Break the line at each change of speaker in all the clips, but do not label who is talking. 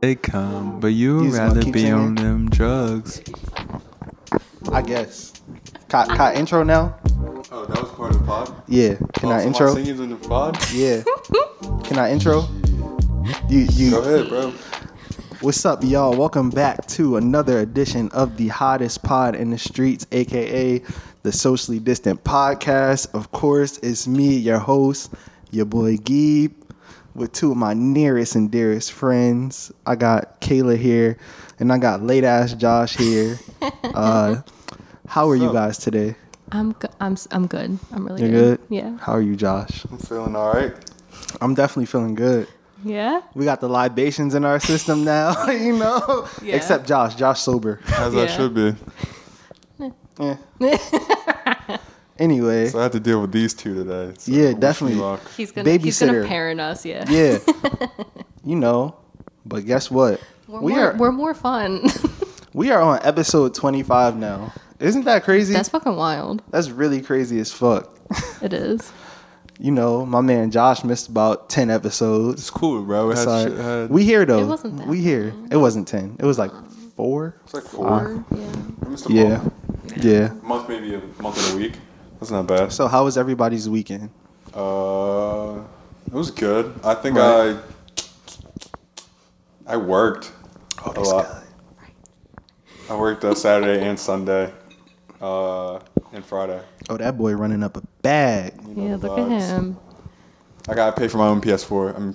They come, but you'd
He's gonna
rather
keep
be
singing.
on them drugs.
I guess. Can, can I intro now?
Oh, that was part of the pod? Oh,
Yeah. Can I intro?
singing in the pod?
Yeah. Can I intro? You, you.
Go ahead, bro.
What's up, y'all? Welcome back to another edition of the hottest pod in the streets, aka the socially distant podcast. Of course, it's me, your host, your boy Geeb, with two of my nearest and dearest friends. I got Kayla here, and I got late ass Josh here. Uh, how are you
up?
guys today?
I'm go- I'm s- I'm good. I'm really
You're good?
uh, Yeah.
How are you, Josh?
I'm feeling all right.
I'm definitely feeling good.
Yeah.
We got the libations in our system now, you know?
Yeah.
Except Josh. Josh sober.
As I
Yeah.
should be.
Eh. anyway,
So I had to deal with these two today. So
Yeah,
wish me
definitely.
luck.
He's gonna he's gonna
Babysitter.
parent us. Yeah.
yeah. you know, but guess what?
We're
we
more,
are
we're more fun.
we are on episode 25 now. Isn't that crazy?
That's
That's,
fucking wild.
really crazy as fuck.
It is.
You know, my man Josh missed about 10 episodes.
It's cool, bro. It has
Sorry.
shit- had-
we here though.
It wasn't that Um,
we here. It wasn't 10. It was like 4.
it's like four.
Or- yeah.
I missed a
Uh, Yeah.
month.
Yeah.
month, maybe a month and a week. That's not bad.
So how was everybody's weekend?
Uh, it was good. I think
Right.
I I worked
Oh,
a lot. I worked uh, Saturday and Sunday, uh, and Friday.
Oh, that boy running up a bag.
Yeah. Look at
vibes.
him.
I gotta pay for my own PS4. I mean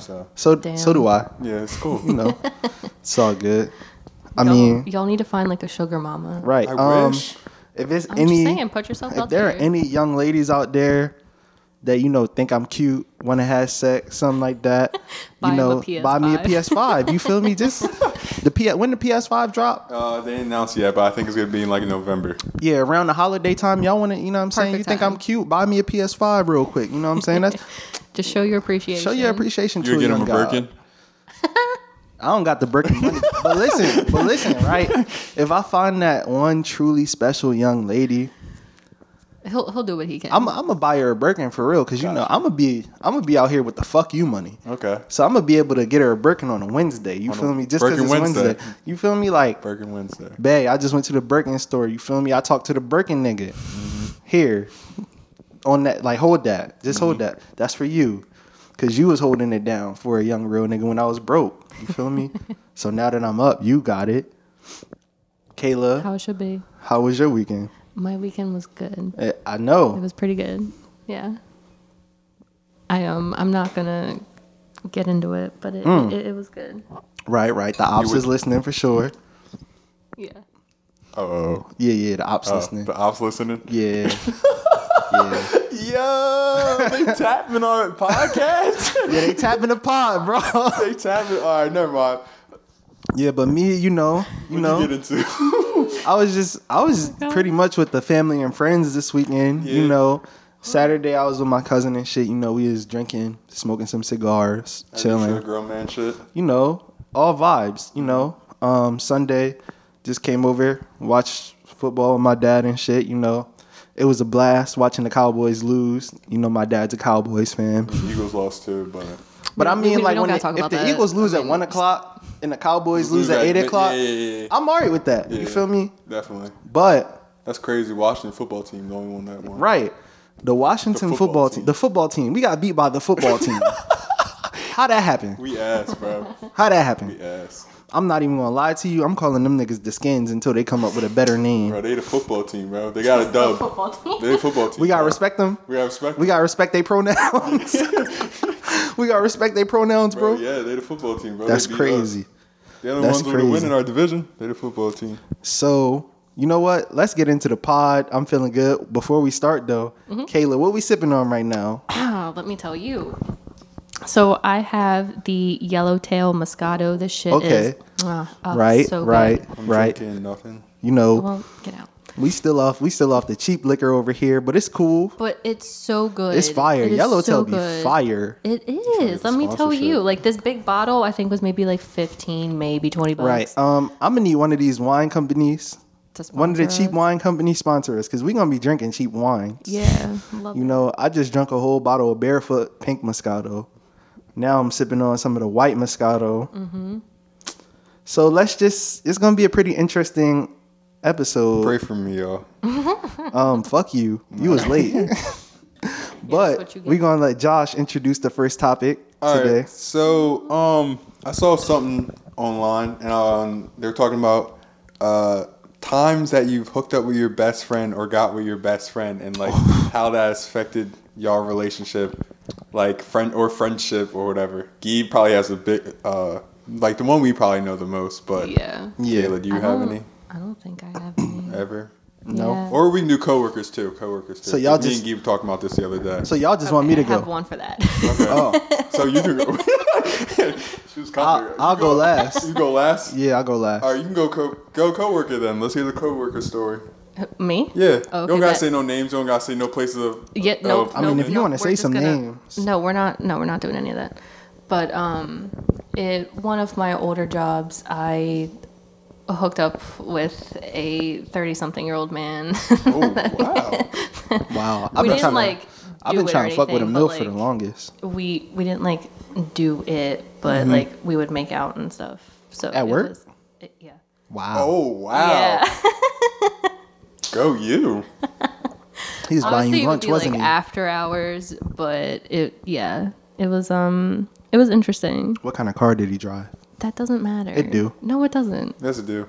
So
So so
Damn.
do I.
yeah, it's cool.
You know, it's all good. I
y'all,
mean,
y'all need to find like a sugar mama.
right?
I
um,
wish.
if it's
I'm
any,
just saying, put yourself
if
out
there
there.
are any young ladies out there that you know think I'm cute, want to have sex, something like that, you
Buy 'em a
know, buy me a
PS5.
PS5. You feel me? Just the P. When the PS5 drop,
Uh, they didn't announce yet, but I think it's gonna be in like November.
yeah, around the holiday time, y'all want to, you know, what I'm saying,
Perfect
you think
time.
I'm cute, buy me a PS5 real quick. You know, what I'm saying that's
Just show your appreciation.
show your appreciation
You
to
get
a
them
young
a
guy.
Birkin.
I don't got the Birkin money. but listen, but listen, right? If I find that one truly special young lady,
He'll he'll do what he can.
I'm I'm gonna buy her a Birkin for real, cause you know I'm gonna be I'm gonna be out here with the fuck you money.
Okay.
So I'm gonna be able to get her a Birkin on a Wednesday. You
On a
feel me? Just 'cause
Birkin
it's
Wednesday.
Wednesday. You feel me? Like,
Birkin Wednesday.
bae, I just went to the Birkin store. You feel me? I talked to the Birkin nigga. Here, on that, like hold that. Just hold
Mm-hmm.
that. That's for you, cause you was holding it down for a young real nigga when I was broke. You feel me? so now that I'm up, you got it. Kayla,
How it should be.
how was your weekend?
My weekend was good.
Eh, I know.
It was pretty good. Yeah. I um I'm not gonna get into it, but it
Mm.
it, it was good.
Right, right. The ops
were-
is listening for sure.
Yeah.
Uh oh.
Yeah, yeah. Uh, The ops listening.
The ops listening.
yeah. yeah.
Yo, they tapping on podcast.
Yeah, they tapping the pod, bro.
they tapping. All right, never mind.
yeah, but me, you know, you
What
know,
you get into?
I was just, I was
Oh God.
pretty much with the family and friends this weekend.
Yeah.
You know, Saturday I was with my cousin and shit. You know, we was drinking, smoking some cigars,
Chilling.
chilling.
Girl, man, shit.
You know, all vibes. You know, um, Sunday just came over, watched football with my dad and shit. You know, it was a blast watching the Cowboys lose. You know, my dad's a Cowboys fan.
Eagles lost too, but
But I
We-
mean,
we
like
don't
when
gotta
the-
talk
if
about
the
that.
Eagles lose
I
at
mean,
one o'clock and the Cowboys lose
Lose
at
at
eight
mid-
o'clock,
yeah, yeah, yeah.
I'm alright with that.
Yeah.
You feel me?
definitely
But
that's crazy. Washington football team, the only one that won.
right, the Washington
The football
football,
team.
team. the football team, we got beat by the football team. How that happen?
We ass, bro.
How that happen?
We ass,
I'm not even gonna lie to you. I'm calling them niggas the skins until they come up with a better name.
bro. They the football team, bro. They got a dub.
Oh, Football team.
They the football team.
We gotta
bro.
respect them.
We gotta respect.
We
them,
gotta respect their pronouns. we gotta respect their pronouns,
bro.
bro.
Yeah, they the football team, bro. They
That's
beat us.
crazy.
They're the
That's
ones who win
crazy.
in our division. They the football team.
So you know what? Let's get into the pod. I'm feeling good. Before we start though,
Mm-hmm.
Kayla, what we sipping on right now?
Ah, let me tell you. So I have the yellowtail moscato. This shit
Okay.
is ah, ah,
right,
so good.
right,
I'm
right.
drinking nothing.
You know,
Well, get out.
we still off. We still off the cheap liquor over here, but it's cool.
But it's so good.
It's fire.
It is
Yellowtail
so
be
good.
fire.
It is. Let me tell
sponsorship.
you, like this big bottle, I think was maybe like fifteen, maybe twenty bucks.
Right. Um, I'm gonna need one of these wine companies.
to
One of the
sponsor
cheap
us.
wine companies sponsor us because we're gonna be drinking cheap wine.
Yeah, love
You
it.
know, I just drank a whole bottle
Mm-hmm.
of barefoot pink moscato. Now I'm sipping on some of the white moscato. So let's just it's gonna be a pretty interesting episode.
Pray for me, y'all.
Um, fuck you. You was late. but
what you
we're
get.
gonna let Josh introduce the first topic
All right.
today.
So, um, I saw something online, and um, they were talking about uh, times that you've hooked up with your best friend or got with your best friend, and like how that has affected y'all relationship, like friend or friendship or whatever. Gee probably has a big, uh, like the one we probably know the most, but
Yeah.
Yeah.
Kayla, do you
I
have
don't-
any
I don't think I have any.
ever?
Uh, No.
Yeah.
Or we can do coworkers too. Coworkers too.
So y'all
me
just-
and Gee were talking about this the other day.
So y'all just want me
Okay,
to
I have
go.
one for that.
oh, so you do. go. she was
I'll,
confident.
I'll
You
go last.
You go last.
Yeah, I'll go last.
All right, you can go co go coworker then. Let's hear the coworker story.
Me?
Yeah,
Oh, Okay,
you don't gotta
bet.
say no names. You don't gotta say no places of.
Yeah, no.
of-
I mean,
no,
if you
no,
wanna
we're
say
just
some
gonna-
names.
No, we're not. No, we're not doing any of that. But um, it one of my older jobs, I hooked up with a thirty-something-year-old man.
Oh wow!
Wow.
we didn't
trying
like.
to, I've
do
been
it
trying
or
to fuck with a
anything, but,
milf for
like,
the longest.
We we didn't like do it, but like we would make out and stuff. So
Mm-hmm. At
it
work?
was- it- yeah.
Wow.
Oh wow!
Yeah.
Go you.
He was buying
Oh, Honestly,
you
it would
lunch,
be like
wasn't he?
after hours, but it yeah, it was um, it was interesting.
what kind of car did he drive?
That doesn't matter.
It do.
No, it doesn't.
That's a do.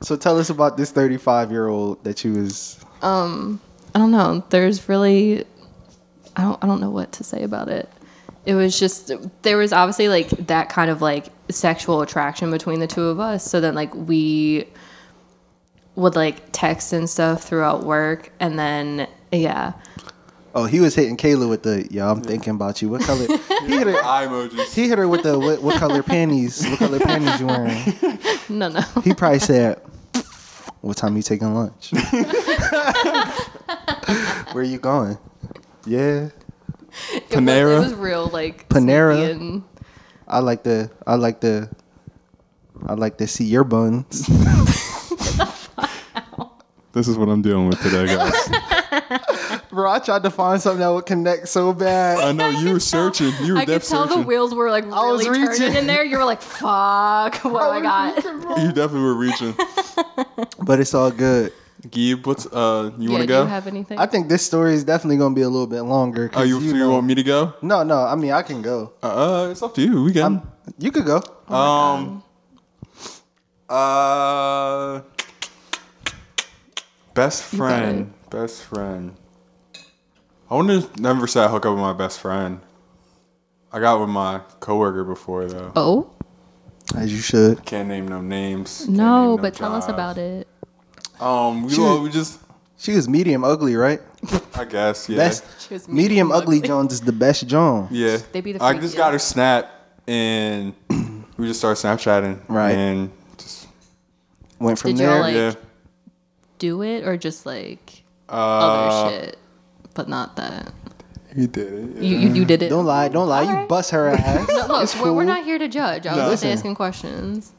So tell us about this 35 year old that you was.
I don't know. There's really, I don't, I don't know what to say about it. It was just there was obviously like that kind of like sexual attraction between the two of us. So then like we would like text and stuff throughout work, and then yeah,
Oh, he was hitting Kayla with the yo. I'm thinking about you. What color? he hit her.
Eye emojis.
He hit her with the what, what color panties? What color panties you wearing?
no, no,
He probably said, "What time you taking lunch? Where you going? Yeah,
It
Panera?
was, it was real like
Panera?
sneaky and-
I like the. I like the. I like to see your buns.
This is what I'm dealing with today, guys.
Bro, I tried to find something that would connect so bad.
I know you were searching. You were
I could
def
tell the
searching.
wheels were like
was
really
reaching.
turning in there. You were like, "Fuck, what do I got?"
You definitely were reaching.
But it's all good.
Gib, what's uh? You
yeah,
want to
do
go?
you have anything?
I think this story is definitely gonna be a little bit longer. 'cause
oh, you, you
know-
want me to go?
No, no. I mean, I can go.
Uh, uh, it's up to you. We can.
You could go.
oh
Um. Uh. Best
got
friend. Best friend. I wonder. Never say I hook up with my best friend. I got with my coworker before though.
oh
As you should.
Can't name no names. can't name
no,
no
but tell us
jobs.
about it.
Um. We,
Shoot.
all, we just.
She was medium ugly, right?
I guess. Yeah.
Best
She was
medium,
medium
ugly
ugly.
Jones is the best Jones.
Yeah.
They be the
I
freak,
just
yeah.
got her snap and we just started Snapchatting.
Right.
And just
Went from
Did
there.
y'all, like-
yeah.
Do it or just like
Uh,
other shit, but not that.
He did it. yeah.
You you, you did it.
mm, don't lie, don't lie. You
Alright.
bust her ass.
No, look,
It's
we're, we're
cool.
not here to judge. I was
No.
just
Listen.
asking questions.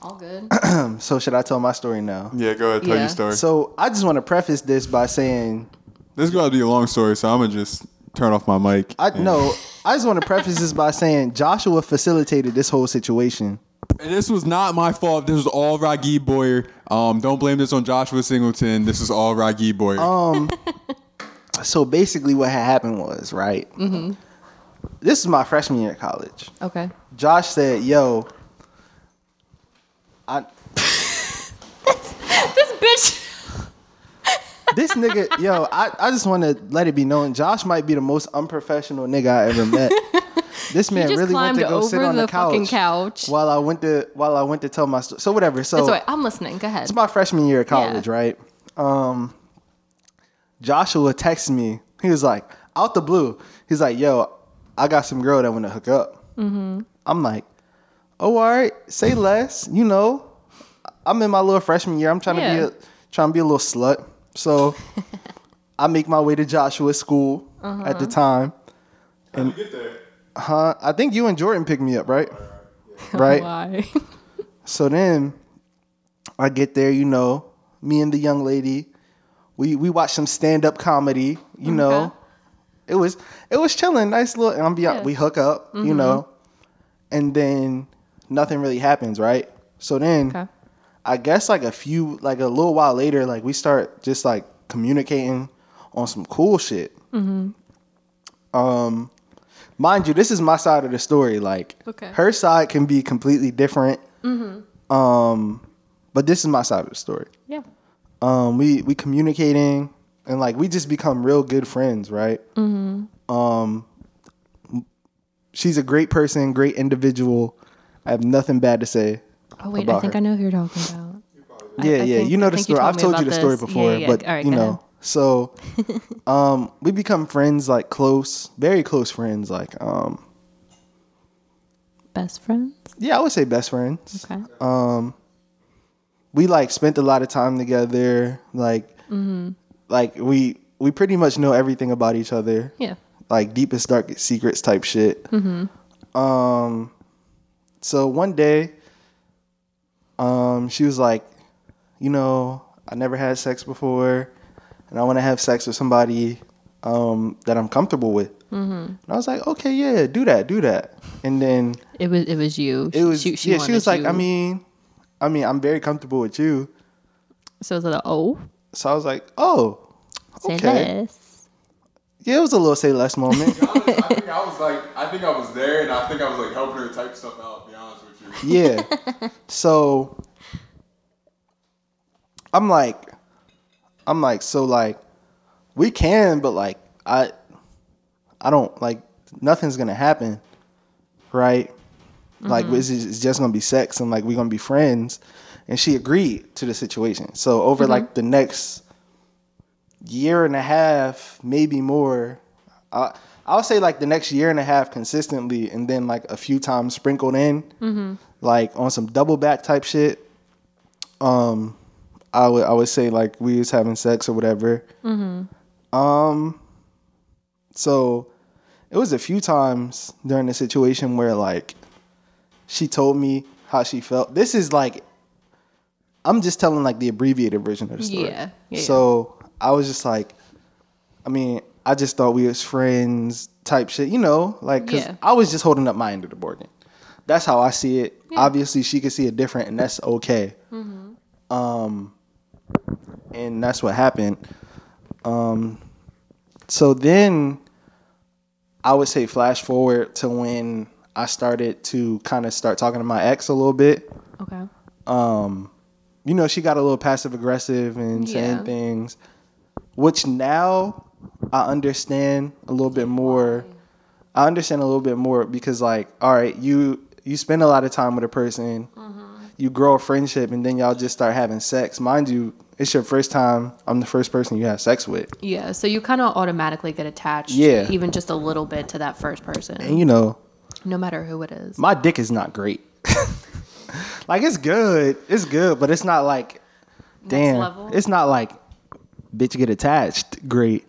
All good.
So should I tell my story now?
Yeah. Go ahead. Tell
Yeah.
your story.
So I just want to preface this by saying
This is gonna be a long story, so I'm gonna just turn off my mic.
I
and-
no, I just want to preface this by saying Joshua facilitated this whole situation.
And this was not my fault. This was all Ragy Boyer. Um, don't blame this on Joshua Singleton. This is all Ragy Boyer.
So basically, what had happened was right.
Mm-hmm.
This is my freshman year at college.
Okay.
Josh said, "Yo, I."
This bitch.
This nigga, yo, I, I just want to let it be known, Josh might be the most unprofessional nigga I ever met. This man
just
really went to go
climbed
sit
over
on the,
the fucking couch.
while I went to while I went to tell my story. So whatever. So
It's all right. I'm listening. Go ahead.
it's my freshman year of college,
Yeah.
right? Um, Joshua texted me. He was like, out the blue. He's like, yo, I got some girl that want to hook up.
Mm-hmm.
I'm like, oh, all right, say less. You know, I'm in my little freshman year. I'm trying
Yeah.
to be a, trying to be a little slut. So I make my way to Joshua's school
Uh-huh.
at the time.
and you get there.
Huh? I think you and Jordan picked me up,
Oh,
right? Right.
Why?
So then I get there, you know, me and the young lady, we we watch some stand up comedy, you know.
Okay.
It was it was chilling, nice little ambient.
Yeah. Mm-hmm.
We hook up, you know, and then nothing really happens, right? So then
Okay.
I guess like a few like a little while later, like we start just like communicating on some cool shit. Um, mind you, this is my side of the story. Like,
Okay.
her side can be completely different. Um, but this is my side of the story.
Yeah.
Um, we we communicating and like we just become real good friends, right? Mm-hmm. Um, she's a great person, great individual. I have nothing bad to say.
Oh wait, I
about
think
her.
I know who you're talking about. I-
Yeah,
I
yeah.
think-
you
I
know the
think you
story.
told
I've
me
told you the
about
story
this.
before,
Yeah, yeah.
but
All right,
you
go
know,
ahead.
so um, we become friends, like close, very close friends. Like, um,
Best friends.
yeah, I would say best friends.
Okay.
We like spent a lot of time together. Like,
Mm-hmm.
like we we pretty much know everything about each other.
yeah.
like deepest darkest secrets type shit. Um,
Mm-hmm.
so one day, um, she was like, you know, I never had sex before, and I want to have sex with somebody um, that I'm comfortable with.
Mm-hmm.
And I was like, okay, yeah, do that, do that. And then
It was it was you.
it was,
she, she,
yeah, she was like,
wanted
I
you.
mean, I mean, I'm very comfortable with you.
So it's like, oh,
So I was like, oh,
say
Okay.
less.
yeah, it was a little say less moment.
I think I was like, I think I was there, and I think I was like helping her type stuff out. To be honest with you.
yeah. So I'm like, I'm like, so like, we can, but like, I, I don't like, nothing's gonna happen, right? Like, it's just, it's just gonna be sex, and like, we're gonna be friends. And she agreed to the situation. So over like the next year and a half, maybe more. I I would say like the next year and a half consistently, and then like a few times sprinkled in, like on some double back type shit. Um, I would I would say like we was having sex or whatever.
Mm-hmm.
Um, so it was a few times during the situation where like she told me how she felt. This is like I'm just telling like the abbreviated version of the story.
Yeah, yeah,
So I was just like, I mean, I just thought we was friends type shit, you know, like 'cause
Yeah.
I was just holding up my end of the bargain. That's how I see it. Obviously, she could see it different, and that's okay. Um, and that's what happened. Um, so then I would say flash forward to when I started to kind of start talking to my ex a little bit.
Okay.
Um, you know, she got a little passive aggressive and saying
Yeah.
things, which now I understand a little bit more. I understand a little bit more because, like, all right, you you spend a lot of time with a person, you grow a friendship, and then y'all just start having sex. Mind you, it's your first time. I'm the first person you have sex with.
Yeah. So you kind of automatically get attached,
Yeah.
even just a little bit to that first person,
And you know,
no matter who it is.
my dick is not great. like it's good, it's good, but it's not like damn.
level?
It's not like bitch get attached great.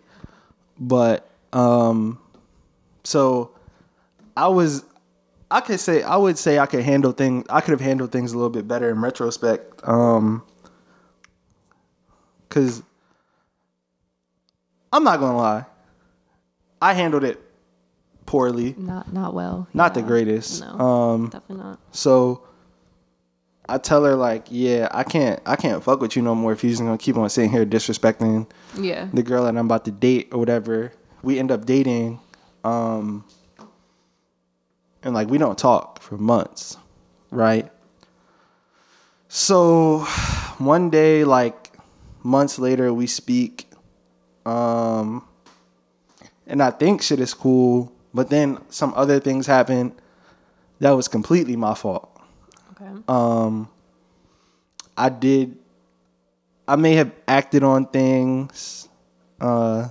But um so I was I could say I would say I could handle things I could have handled things a little bit better in retrospect. Um cuz I'm not going to lie. I handled it poorly.
Not not well.
Not the
Yeah.
greatest.
No.
Um
definitely not.
so I tell her like, yeah, I can't, I can't fuck with you no more if you're just gonna keep on sitting here disrespecting
Yeah.
the girl that I'm about to date or whatever. We end up dating, um, and like we don't talk for months, right? So one day, like months later, we speak, um, and I think shit is cool, but then some other things happen that was completely my fault.
Okay.
um, I did. I may have acted on things uh,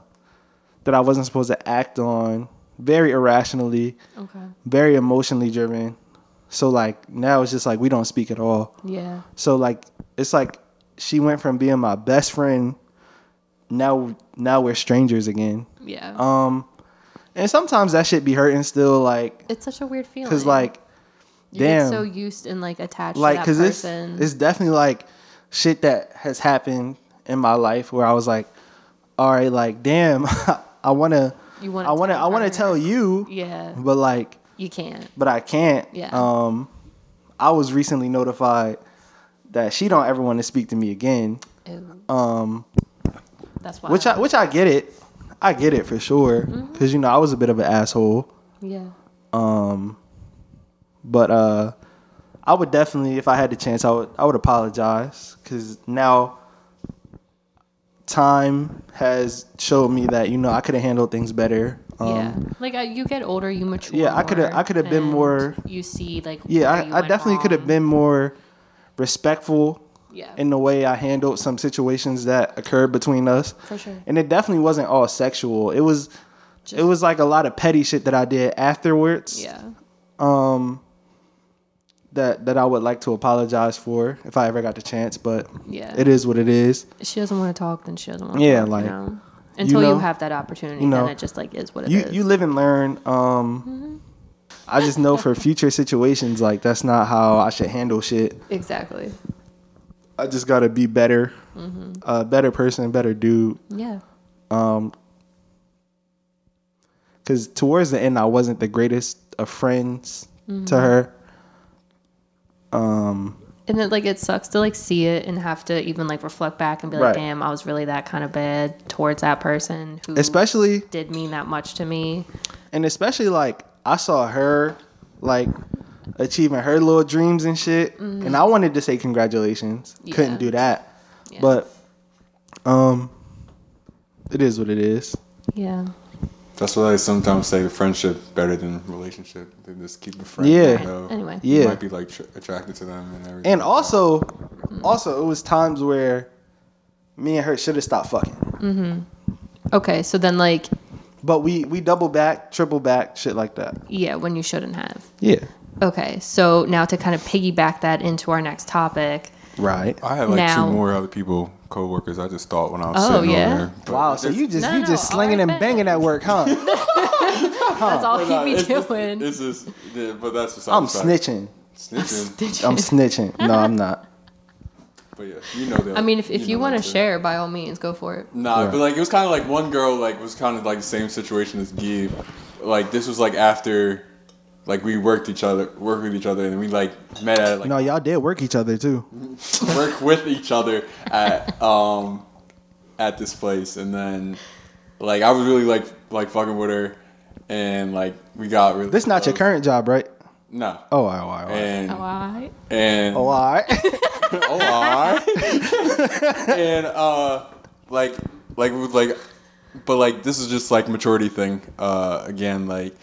that I wasn't supposed to act on, very irrationally,
okay.
very emotionally driven. So like now it's just like we don't speak at all.
Yeah.
So like it's like she went from being my best friend, now now we're strangers again.
Yeah.
Um, and sometimes that shit be hurting still, like
it's such a weird feeling.
because like
Oh, you
damn,
get so used and like attached
like
to that
because it's,
person.
it's definitely like shit that has happened in my life where i was like all right like damn i want to
You wanna
i want to
tell
i want
her.
to tell you
yeah.
but like
You can't.
but i can't
Yeah.
um i was recently notified that she don't ever want to speak to me again.
Ew.
Um,
That's why.
which I which I get it, I get it for sure,
Mm-hmm.
because you know I was a bit of an asshole.
yeah.
Um, but uh, I would definitely, if I had the chance, I would I would apologize because now time has showed me that you know I could have handled things better. Um,
yeah, like I, you get older, you mature.
Yeah, I coulda-
more,
I coulda been
and
more-
You see, like
yeah,
where you
I, I
went
definitely could have
wrong.
been more respectful
Yeah,
in the way I handled some situations that occurred between us.
For sure.
And it definitely wasn't all sexual. It was it was like a lot of petty shit that I did afterwards.
yeah,
Um that that I would like to apologize for if I ever got the chance, but
Yeah.
it is what it is.
she doesn't want to talk, then she doesn't want. to
Yeah,
talk, you
like,
know? until
know-
you have that opportunity,
you know,
then it just like is what it is.
You you live and learn. Um
Mm-hmm.
I just know for future situations like that's not how I should handle shit.
exactly.
I just got to be better.
Mm-hmm.
A better person, better dude.
Yeah,
um because towards the end i wasn't the greatest of friends
Mm-hmm.
to her um
and then like it sucks to like see it and have to even like reflect back and be like,
Right.
damn, I was really that kind of bad towards that person who
especially
did mean that much to me.
and especially like i saw her like achieving her little dreams and shit and i wanted to say congratulations couldn't
Mm-hmm. Yeah.
do that
Yeah.
but um it is what it is
Yeah,
That's why I sometimes say friendship better than relationship. They just keep a friend.
Yeah.
even though
Anyway.
You
Yeah.
might be like tr- attracted to them and everything.
and also also it was times where me and her should have stopped fucking
okay, so then like
But we we double back, triple back, shit like that.
yeah, when you shouldn't have.
Yeah.
Okay, so now to kind of piggyback that into our next topic.
Right.
I had like
Now-
two more other people, coworkers. I just thought when I was
Oh,
sitting
yeah?
over there. But
Wow. So
it's-
you just
No,
you
no,
just
no,
slinging and
alright,
banging at work, huh?
That's
Oh,
all
Nah,
he be
it's just-
doing.
It's just, yeah, but that's beside
I'm
the fact.
snitching.
Snitching.
Did
I'm
you-
snitching. No, I'm not.
But yeah, you know that.
I mean, if, if you
know
want
that
to
too.
share, by all means, go for it.
Nah,
Right.
but like it was kind of like one girl like was kind of like the same situation as Gabe. Like this was like after, like we worked each other, worked with each other, and we like met at like
No, y'all did work each other too.
work with each other at um at this place, and then like I was really like like fucking with her, and like we got really.
This not your
close.
current job, right?
No.
Oh, all right, all right, all right.
And
Oh,
and
Oh, I
all right.
oh, all right. and uh, like, like, it was like, but like, this is just like maturity thing. Uh, again, like,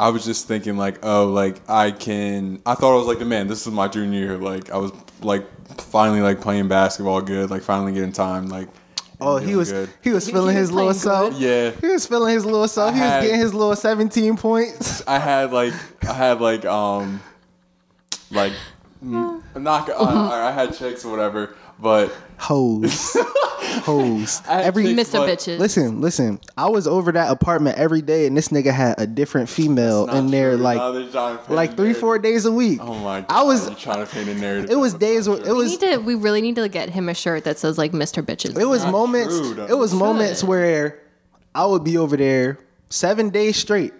I was just thinking like, oh, like I can. I thought I was like the man. This is my junior year. Like, I was like finally like playing basketball good. Like, finally getting time. Like, and
Oh, he
doing
was
good.
he was
He
feeling
was
his little
playing
self.
good.
Yeah.
He was feeling his little self. He was
had-
getting his little 17 points.
I had like I had like um like m- knock. I, I had chicks or whatever, but
Hoes. Hoes.
I had
Every
chicks,
missed a
but-
bitches.
Listen, listen. I was over that apartment every day, and this nigga had a different female
Not
in there,
true.
like
Now they're trying to paint
like
a
three,
narrative.
four days a week.
Oh my god!
I was.
You're trying to paint a narrative.
It was days where it
we
was.
need to. We really need to get him a shirt that says like Mr. Bitches.
It was
Not
moments.
true, though.
it was moments
Should.
where I would be over there seven days straight,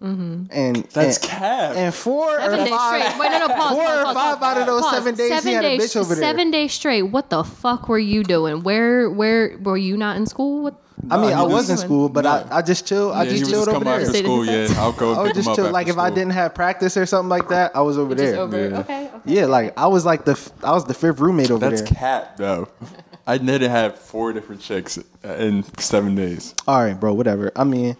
and
That's
and,
cap.
and four
Mm-hmm. seven
or
days
five.
straight. Wait, no, no, pause.
Four
pause,
or
pause,
five
pause,
out of those
pause.
seven days, he
Seven
had a
days,
bitch over there.
Seven days straight. What the fuck were you doing? Where, where were you not in school? What?
I mean,
No,
I
he
was in
was-
school, but
No.
I, I just chill. I
yeah, he
just
would
chilled
just
over
come out
there.
after
Stayed in
school. Yeah,
his house.
I'll go
I
pick
was
him
just
up
chill.
after
Like if I
school.
didn't have practice or something like that, I was over there.
Just over.
Yeah.
Okay. okay.
Yeah, like I was like the f- I was the fifth roommate over
That's
there.
cap though. I did have four different chicks in seven days.
All right, bro. Whatever. I mean,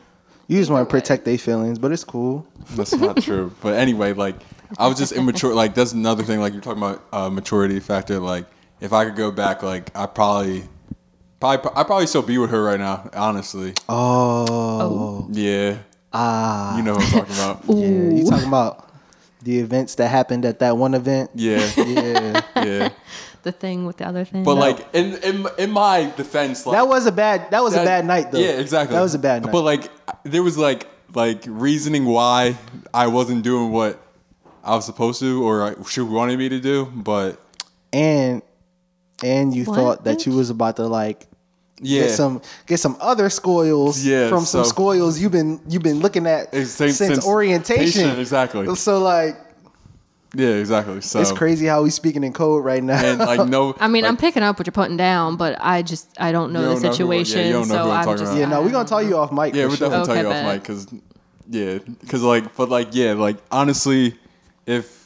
you just want to
way.
protect their feelings, but it's cool.
That's not true. But anyway, like I was just immature. Like that's another thing. Like you're talking about uh, maturity factor. Like if I could go back, like I probably, probably, I probably still be with her right now. Honestly,
Oh,
yeah.
ah,
You know what I'm talking about.
yeah. You talking about the events that happened at that one event?
Yeah,
Yeah,
yeah.
The thing with the other thing.
But like in in in my defense, like
that was a bad. That was a
that-
bad night, though.
Yeah, exactly.
That was a bad night.
But like, there was like like reasoning why I wasn't doing what I was supposed to or I, she wanted me to do. But
and and you
What,
thought that
bitch?
you was about to like
yeah,
get some get some other scoils
Yeah,
from some
so-
scoils you've been you've been looking at
It's
since,
since- since
orientation.
orientation, exactly.
So like
Yeah, exactly. So
It's crazy how we speaking in code right now.
And like no,
I mean, I'm
like,
picking up what you're putting down, but I just I don't know
You
the
don't know who- yeah, you
situation,
don't know
so
who I'm
I'm
talking
just
about.
yeah, no,
I
we're gonna
don't
tell you off mic.
Yeah,
for
we'll
sure.
definitely
Okay,
tell you off
bet.
mic because, yeah, because like, but like, yeah, like honestly, if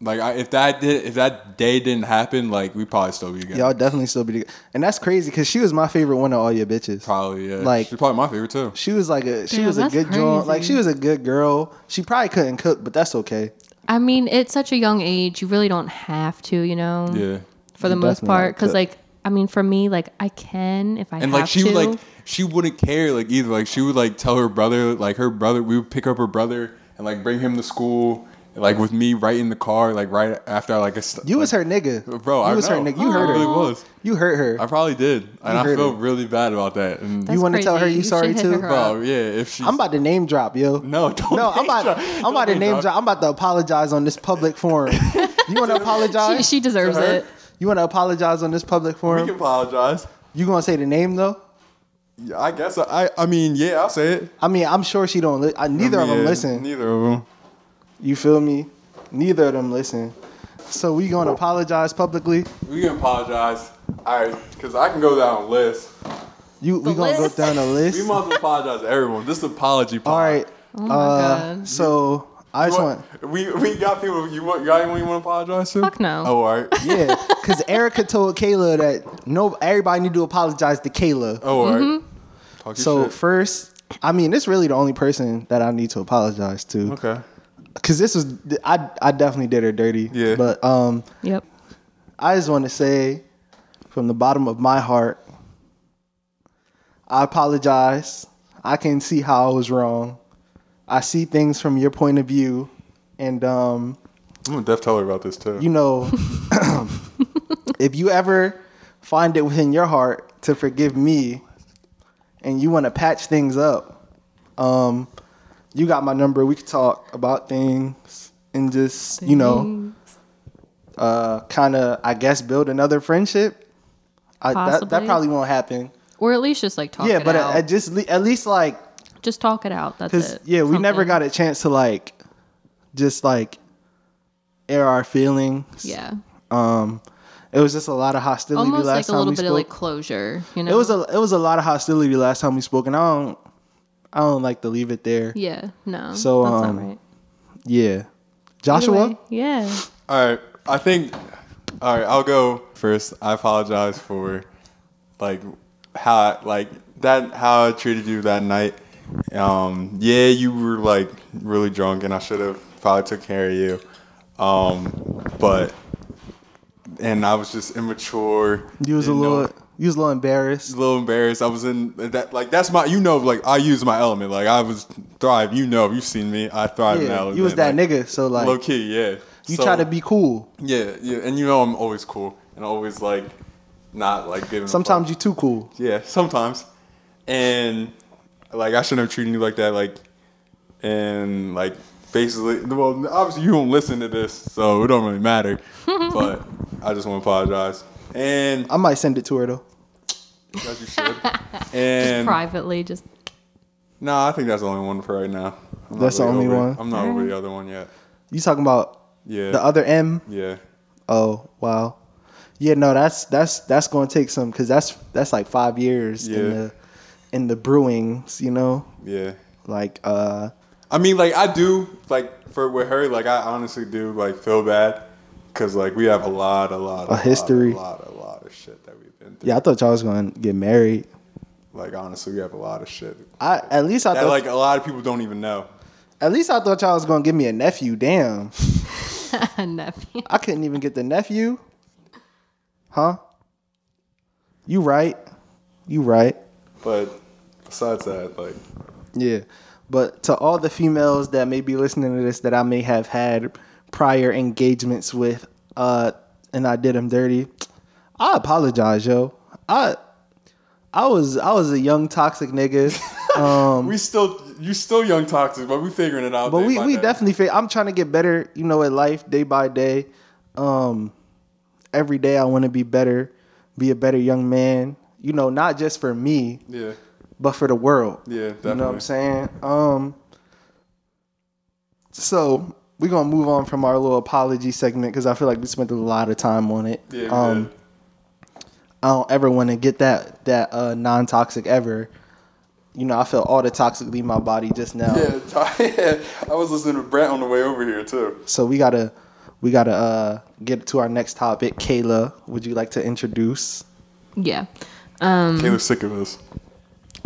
like I, if that did, if that day didn't happen, like we probably still be together.
Y'all definitely still be together. And that's crazy because she was my favorite one of all your bitches.
probably yeah.
Like-
she's probably my favorite too.
She was like a she
Damn,
was a
that's
good girl. Like she
crazy.
was a good girl. She probably couldn't cook, but that's okay.
I mean, it's such a young age. You really don't have to, you know.
Yeah,
For the
You
most
definitely
part,
gotta
because
cook.
like I mean, for me, like I can if I
and
have
like she
to.
would like she wouldn't care like either. Like she would like tell her brother like her brother we would pick up her brother and like bring him to school like with me right in the car like right after like a st-
You was
like-
her nigga,
bro.
You
I
was her
know.
nigga. You heard
I really
her.
was.
You hurt her.
I probably did, and I
heard
feel
it.
really bad about that. And
That's
wanna tell her
crazy.
you
should
sorry
hit
too?
her up.
bro, yeah, if she's
I'm about to name drop, yo.
No, don't
No, I'm
name
about
drop.
I'm
Don't
about to
name
name
drop.
drop. I'm about to apologize on this public forum. You want to
She,
apologize?
she deserves
her?
it.
you want to apologize on this public
We
forum?
can apologize.
you gonna say the name though?
Yeah, I guess I. I, I mean, yeah, I'll say it.
I mean, I'm sure she don't. Li- I, neither
I
of them
mean,
listen.
Neither of them.
You feel me? Neither of them listen. So we gonna apologize publicly.
We can apologize. All right, because I can go down a list.
You we
The
gonna
list?
go down a list.
We must apologize to everyone. This is apology. Pod.
All right.
Oh my
uh,
God.
So I just want.
What- we we got people. You want? Got anyone you want to apologize to?
Fuck no.
Oh, all right.
Yeah, because Erica told Kayla that no, everybody need to apologize to Kayla.
Oh, all right.
Mm-hmm.
Talk your
So
shit.
first, I mean, it's really the only person that I need to apologize to,
okay.
because this was I I definitely did her dirty.
Yeah.
But um,
Yep.
I just want to say, from the bottom of my heart, I apologize. I can see how I was wrong. I see things from your point of view, and um,
I'm gonna def tell her about this too.
you know, if you ever find it within your heart to forgive me and you want to patch things up, um, you got my number. We could talk about things and just, you know, uh, kind of, I guess, build another friendship. I, that, that
Possibly.
probably won't happen.
or at least just like talk.
yeah,
it
but
out.
I, I just le- at least like
just talk it out. That's
Cause
it.
yeah, we never
Something.
got a chance to like, just like, air our feelings.
Yeah,
Um, it was just a lot of hostility
almost
last
like a
time
little
we
bit
spoke.
of like closure. You know,
it was a it was a lot of hostility last time we spoke, and I don't I don't like to leave it there. Yeah,
yeah. No,
So,
that's
um,
not right.
Joshua.
Anyway, yeah.
All right, I think. All right, I'll go first. I apologize for, like, how like that how I treated you that night. Um, yeah, you were like really drunk, and I should have probably took care of you. Um, but and I was just immature.
You was a
didn't know-
little you was a little embarrassed.
a little embarrassed. I was in that like that's my you know like I use my element. Like I was thrive. You know, you've seen me. I thrive in
Yeah,
element.
you was that
like,
nigga. So like,
Low key, yeah.
you
So-
try to be cool.
yeah, yeah, and you know I'm always cool and always like not like giving.
Sometimes you too cool.
you. Yeah, sometimes, and like I shouldn't have treated you like that. Like, and like basically, well, obviously you don't listen to this, so it don't really matter. but I just want to apologize, and
I might send it to her though.
as you should.
Just
And
privately, just
no, I think that's the only one for right now. I'm not
That's the only
over it.
one?
I'm not over the other one yet.
You talking about
Yeah.
the other M?
Yeah.
Oh wow, yeah. No, that's that's that's going to take some because that's that's like five years in
Yeah.
the in the brewings. You know,
Yeah.
like uh,
I mean, like I do, like for with her, like I honestly do, like feel bad, cause like we have a lot, a lot, a,
history.
lot, a lot, a lot of shit that we've been through.
yeah. I thought y'all was going to get married.
Like honestly, we have a lot of shit
I at least I
that
thought
like a lot of people don't even know.
at least I thought y'all was gonna give me a nephew. Damn,
nephew.
I couldn't even get the nephew. Huh? You right? You right?
But besides that, like
Yeah. But to all the females that may be listening to this that I may have had prior engagements with, uh, and I did them dirty, I apologize, yo. I I was I was a young toxic nigga. Um
we still, you still young toxic, but we figuring it out.
but
day
we,
by
we
day.
definitely fit. I'm trying to get better, you know, at life day by day. Um, every day I want to be better, be a better young man. You know, not just for me,
yeah,
but for the world.
yeah,
You know what
definitely.
I'm saying? Um, so we're gonna move on from our little apology segment because I feel like we spent a lot of time on it.
Yeah, we
um,
did.
I don't ever want to get that that uh, non toxic ever. You know, I feel all the toxic leave my body just now.
Yeah, t- yeah, I was listening to Brent on the way over here too.
So we gotta we gotta uh, get to our next topic. Kayla, would you like to introduce?
Yeah.
Kayla's sick of us.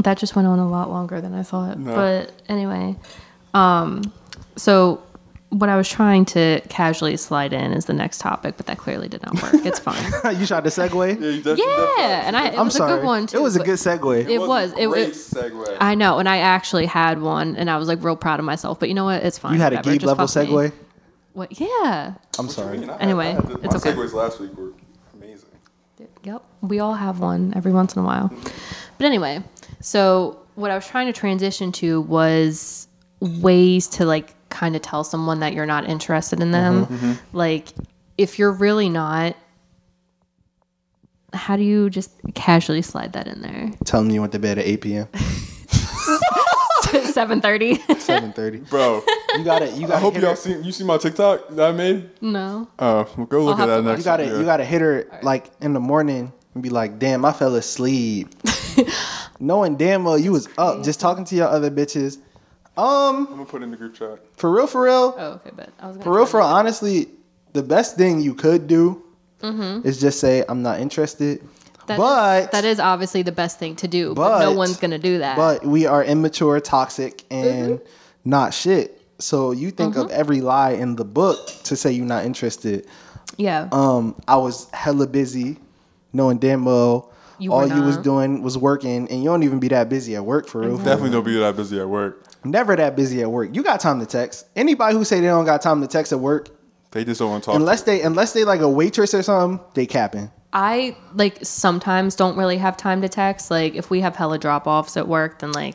That just went on a lot longer than I thought.
No.
But anyway, um, so what I was trying to casually slide in is the next topic, but that clearly did not work. It's fine.
you tried to segue.
Yeah, you definitely-
yeah, and I it
I'm
was
sorry.
a good one too.
it was a
but-
good segue.
It was.
a
It
great
was.
segue.
I know, and I actually had one, and I was like real proud of myself. But you know what? It's fine.
you had a
whatever,
Gabe
just
level
fuck me.
segue.
What? Yeah.
I'm
What you
sorry.
mean? I had-
Anyway,
I had the-
it's
my
okay.
segues last week were amazing.
Yep. We all have one every once in a while. But anyway, so what I was trying to transition to was ways to like kind of tell someone that you're not interested in them.
Mm-hmm,
Like, if you're really not, how do you just casually slide that in there?
Tell them you went to bed at 8 p.m.
7:30?
7:30.
Bro,
You got to You got
I hope
to
y'all see you see my TikTok that I made.
no.
Oh, well, go look
I'll
at
have
that
to-
next.
You got to
year.
You got to hit her like in the morning and be like, "Damn, I fell asleep." Knowing damn well you was up just talking to your other bitches. Um,
I'm gonna put it in the group chat.
for real, for real,
Oh, okay, but I was gonna
for real,
try
for real. Honestly, the best thing you could do is just say, "I'm not interested."
Mm-hmm. That is-
but
that is obviously the best thing to do, but, no
But-
one's gonna do that.
but we are immature, toxic, and
Mm-hmm.
not shit. So you think of every lie in the book to say you're not interested.
yeah,
Um, I was hella busy, knowing damn well
You
all
were
you was
not. Mm-hmm.
doing was working, and you don't even be that busy at work for real. for real.
Definitely don't be that busy at work.
Never that busy at work. You got time to text. Anybody who say they don't got time to text at work,
They just don't want to talk.
unless they unless they like a waitress or something, they capping.
I like sometimes don't really have time to text. Like if we have hella drop offs at work, then like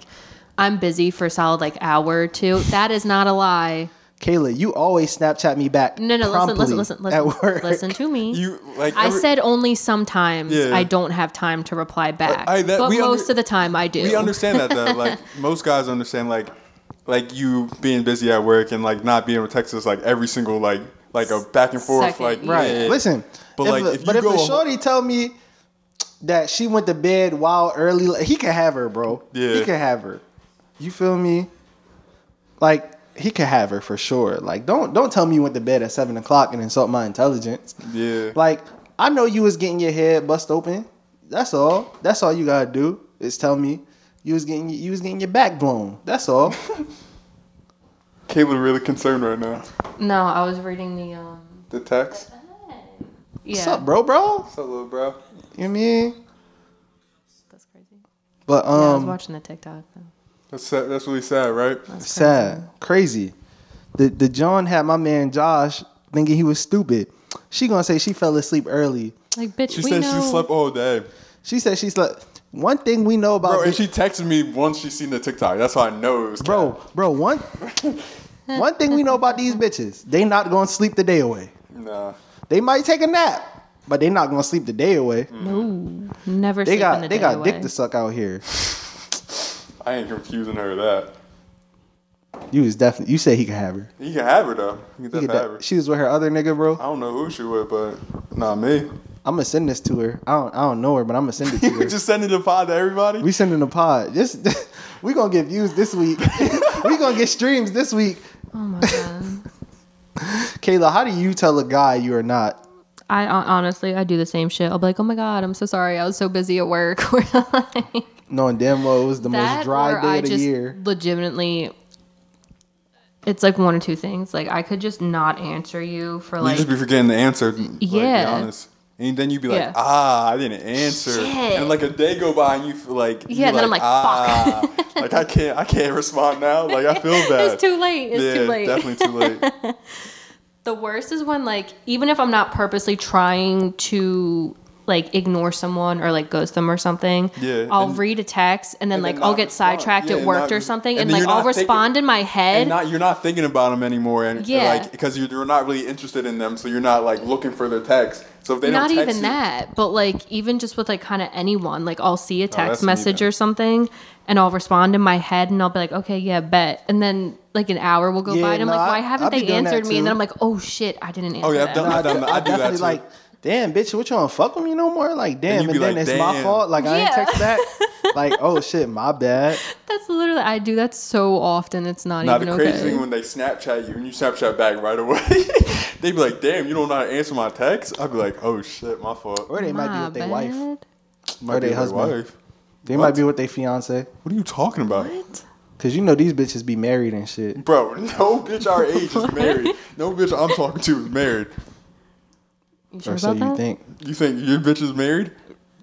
I'm busy for a solid like hour or two. That is not a lie.
Kayla, you always Snapchat me back.
No, no, listen, listen,
promptly
listen,
At
listen,
work.
listen to me.
you like
I
every-
said only sometimes
Yeah.
I don't have time to reply back,
I- that-
but
we
most
under-
of the time I do.
We understand that though. Like most guys understand like like you being busy at work and like not being able to text us like every single like like a back and forth
Second,
like
yeah. Right.
yeah.
Listen,
But,
if
like,
a,
if you
but if
go-
a shorty tell me that she went to bed while early, like, he can have her, bro. he
Yeah.
can have her. You feel me? Like he can have her for sure. Like don't don't tell me you went to bed at seven o'clock and insult my intelligence.
Yeah.
Like I know you was getting your head bust open. That's all. That's all you gotta do is tell me you was getting you was getting your back blown. That's all.
Kayla really concerned right now.
no, I was reading the um.
The text.
Yeah,
What's up, bro, bro?
What's up, little bro?
You know what I mean?
that's crazy.
But
Yeah, I was
um,
watching the TikTok. Though.
That's sad. that's really sad, right?
That's crazy.
Sad, crazy. The the John had my man Josh thinking he was stupid. She gonna say she fell asleep early.
Like bitch,
She
we
said
know.
she slept all day,
She said she slept. One thing we know about
bro. And
this,
she texted me once she seen the TikTok. That's how I know it was.
bro, bro, one one thing we know about these bitches, they not gonna sleep the day away.
Kat. Nah.
They might take a nap, but they not gonna sleep the day away.
No, never.
They
sleep
got
in the
they
day
got
away.
dick to suck out here.
I ain't confusing her with that.
You was definitely you said he could have her.
You can have her though. You
He
can
could
definitely have
de-
her.
she was with her other nigga, bro.
I don't know who she was, but not me.
I'm gonna send this to her. I don't I don't know her, but I'm gonna send it to
You
her.
just sending the pod to everybody.
We sending a pod. This we gonna get views this week. we gonna get streams this week.
Oh my god.
Kayla, how do you tell a guy you are not?
I hon- honestly, I do the same shit. I'll be like, "Oh my god, I'm so sorry. I was so busy at work." Or like
Knowing damn well it was the most
that,
dry
or
day
I
of the
just
year.
legitimately, it's like one or two things. Like I could just not answer you for
you
like,
just be forgetting the answer. Like, yeah.
Yeah.
Be honest. And then you'd be like,
Yeah.
ah, I didn't answer.
Shit.
And like a day go by and you feel like
Yeah,
you're
then I'm like,
ah, like I can't I can't respond now. Like I feel bad.
"It's too late. It's
yeah,
too late."
definitely too late.
The worst is when like even if I'm not purposely trying to like ignore someone or like ghost them or something,
Yeah,
I'll
and-
read a text and then
and
like
then
I'll
not
get
respond.
sidetracked
Yeah,
at
and
work
not-
or something,
and
and,
then
like
you're
I'll
not thinking-
respond in my head.
And not you're not thinking about them anymore, and
Yeah.
like because you're, you're not really interested in them, so you're not like looking for their text. So if they
not
don't text
even
you,
that, but like even just with like kind of anyone, like I'll see a
Oh, that's
text
me
message
then.
or something, and I'll respond in my head, and I'll be like, okay, yeah, bet, and then like an hour will go
Yeah,
by, and I'm
no,
like,
I-
why haven't
I'll be
they
doing that
answered me? And then
too.
I'm like, oh shit, I didn't answer.
Oh, yeah, I've
that.
done that.
I,
I do that
definitely
too.
like, damn, bitch, what you don't fuck with me no more? Like, damn,
you
and
be
then
like,
it's my
damn.
fault. Like, I ain't
Yeah.
text back. like, oh shit, my bad.
That's literally I do that so often. It's not
Now the
even
crazy
okay.
thing when they Snapchat you and you Snapchat back right away, they be like, "Damn, you don't know how to answer my text." I'd be like, "Oh shit, my fault."
Or they might be
My
with their wife.
bad.
Might
or they
be my
husband.
wife.
They
What?
might be with their fiance.
What are you talking about,
What?
Cause you know these bitches be married and shit.
bro? No bitch our age is married. No bitch I'm talking to is married.
You sure
Or
about
so
that?
you think.
You think your bitch is married?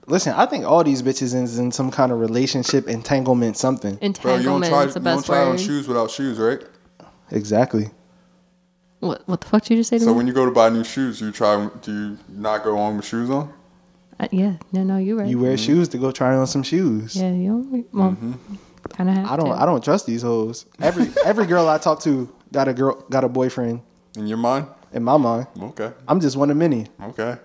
Listen, I think all these bitches is in some kind of relationship entanglement, something.
Bro, you don't
Entanglement
try.
is the
you don't
best
try on
word.
shoes without shoes, right?
Exactly.
What, what the fuck did you just say to
So
me?
when you go to buy new shoes, you try. Do you not go on with shoes on?
Uh, yeah, no, no, you're right.
You wear shoes to go try on some shoes.
yeah, you don't. Well,
Mm-hmm.
kind of have
I don't.
to.
I don't trust these hoes. Every every girl I talk to got a girl got a boyfriend
In your mind?
in my mind.
Okay.
I'm just one of many.
Okay.